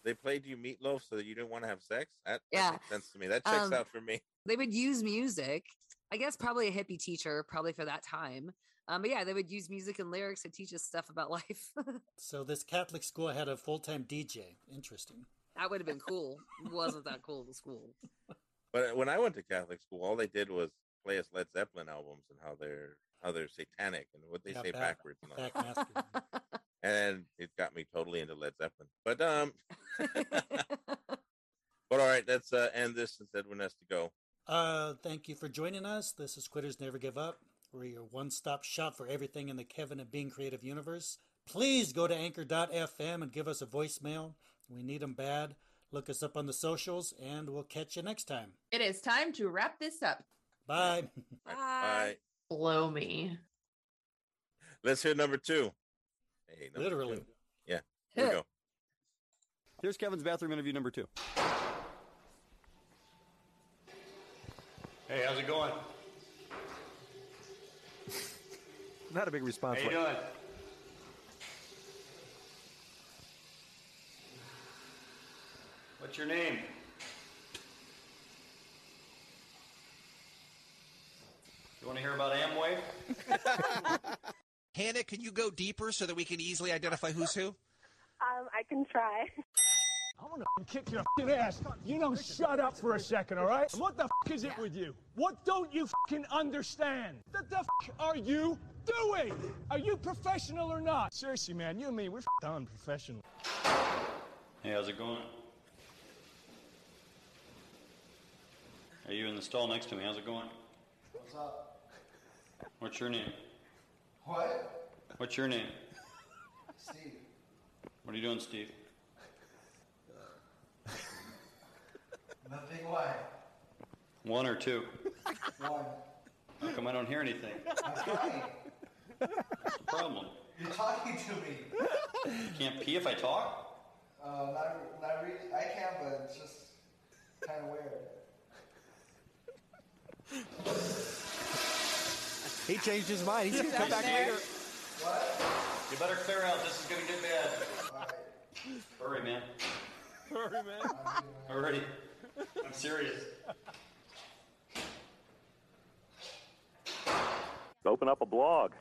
S1: They played you meatloaf so that you didn't want to have sex. That, that
S6: Yeah.
S1: makes sense to me. That checks
S6: Um,
S1: out for me.
S6: They would use music. I guess probably a hippie teacher, probably for that time. Um, but yeah, they would use music and lyrics to teach us stuff about <laughs> life.
S4: So this Catholic school had a full-time DJ.
S1: <laughs>
S4: Interesting.
S6: that would have been cool. Wasn't that cool? The school.
S1: But when I went to Catholic school, all they did was play us Led Zeppelin albums and how they're how they're satanic and what they
S4: Yeah,
S1: say
S4: back-
S1: backwards and all that. And it got me totally into Led Zeppelin. But um <laughs> But all right, let's uh, end this since Edwin has to go.
S4: Uh, thank you for joining us. This is Quitters Never Give Up. We're your one-stop shop for everything in the Kevin and Bean creative universe. Please go to anchor.fm and give us a voicemail. We need them bad. Look us up on the socials, and we'll catch you next time.
S17: It is time to wrap this up.
S4: Bye.
S1: Bye.
S17: Blow me.
S1: Let's hear number two. Hey, number
S24: Literally.
S1: two. Yeah. Here we go.
S24: <laughs> Here's Kevin's bathroom interview number two.
S11: Hey, how's it going?
S24: Not a big response.
S11: How you
S24: like-
S11: doing? What's your name? You want to hear about Amway?
S7: <laughs> Hannah, can you go deeper so that we can easily identify who's who?
S12: Um, I can try.
S13: I'm gonna f***ing kick your f***ing ass. You don't shut up for a second, all right? What the f- is it with you? What don't you f***ing understand? What the f- are you doing? Are you professional or not? Seriously, man, you and me, we're f- unprofessional.
S11: Hey, how's it going? Are you in the stall next to me? How's it going?
S12: What's up?
S11: What's your name?
S12: What?
S11: What's your name?
S12: Steve.
S11: What are you doing, Steve?
S12: Nothing. Why?
S11: One or two?
S12: One.
S11: How come I don't hear anything?
S12: I'm trying.
S11: What's the problem?
S12: You're talking to me.
S11: You can't pee if I talk?
S12: Uh, not, not really. I can, but it's just kind of weird.
S24: He changed his mind. He's gonna come back later.
S11: You better clear out. This is gonna get bad. Hurry, man.
S13: Sorry, man.
S11: Hurry. I'm serious.
S21: Open up a blog.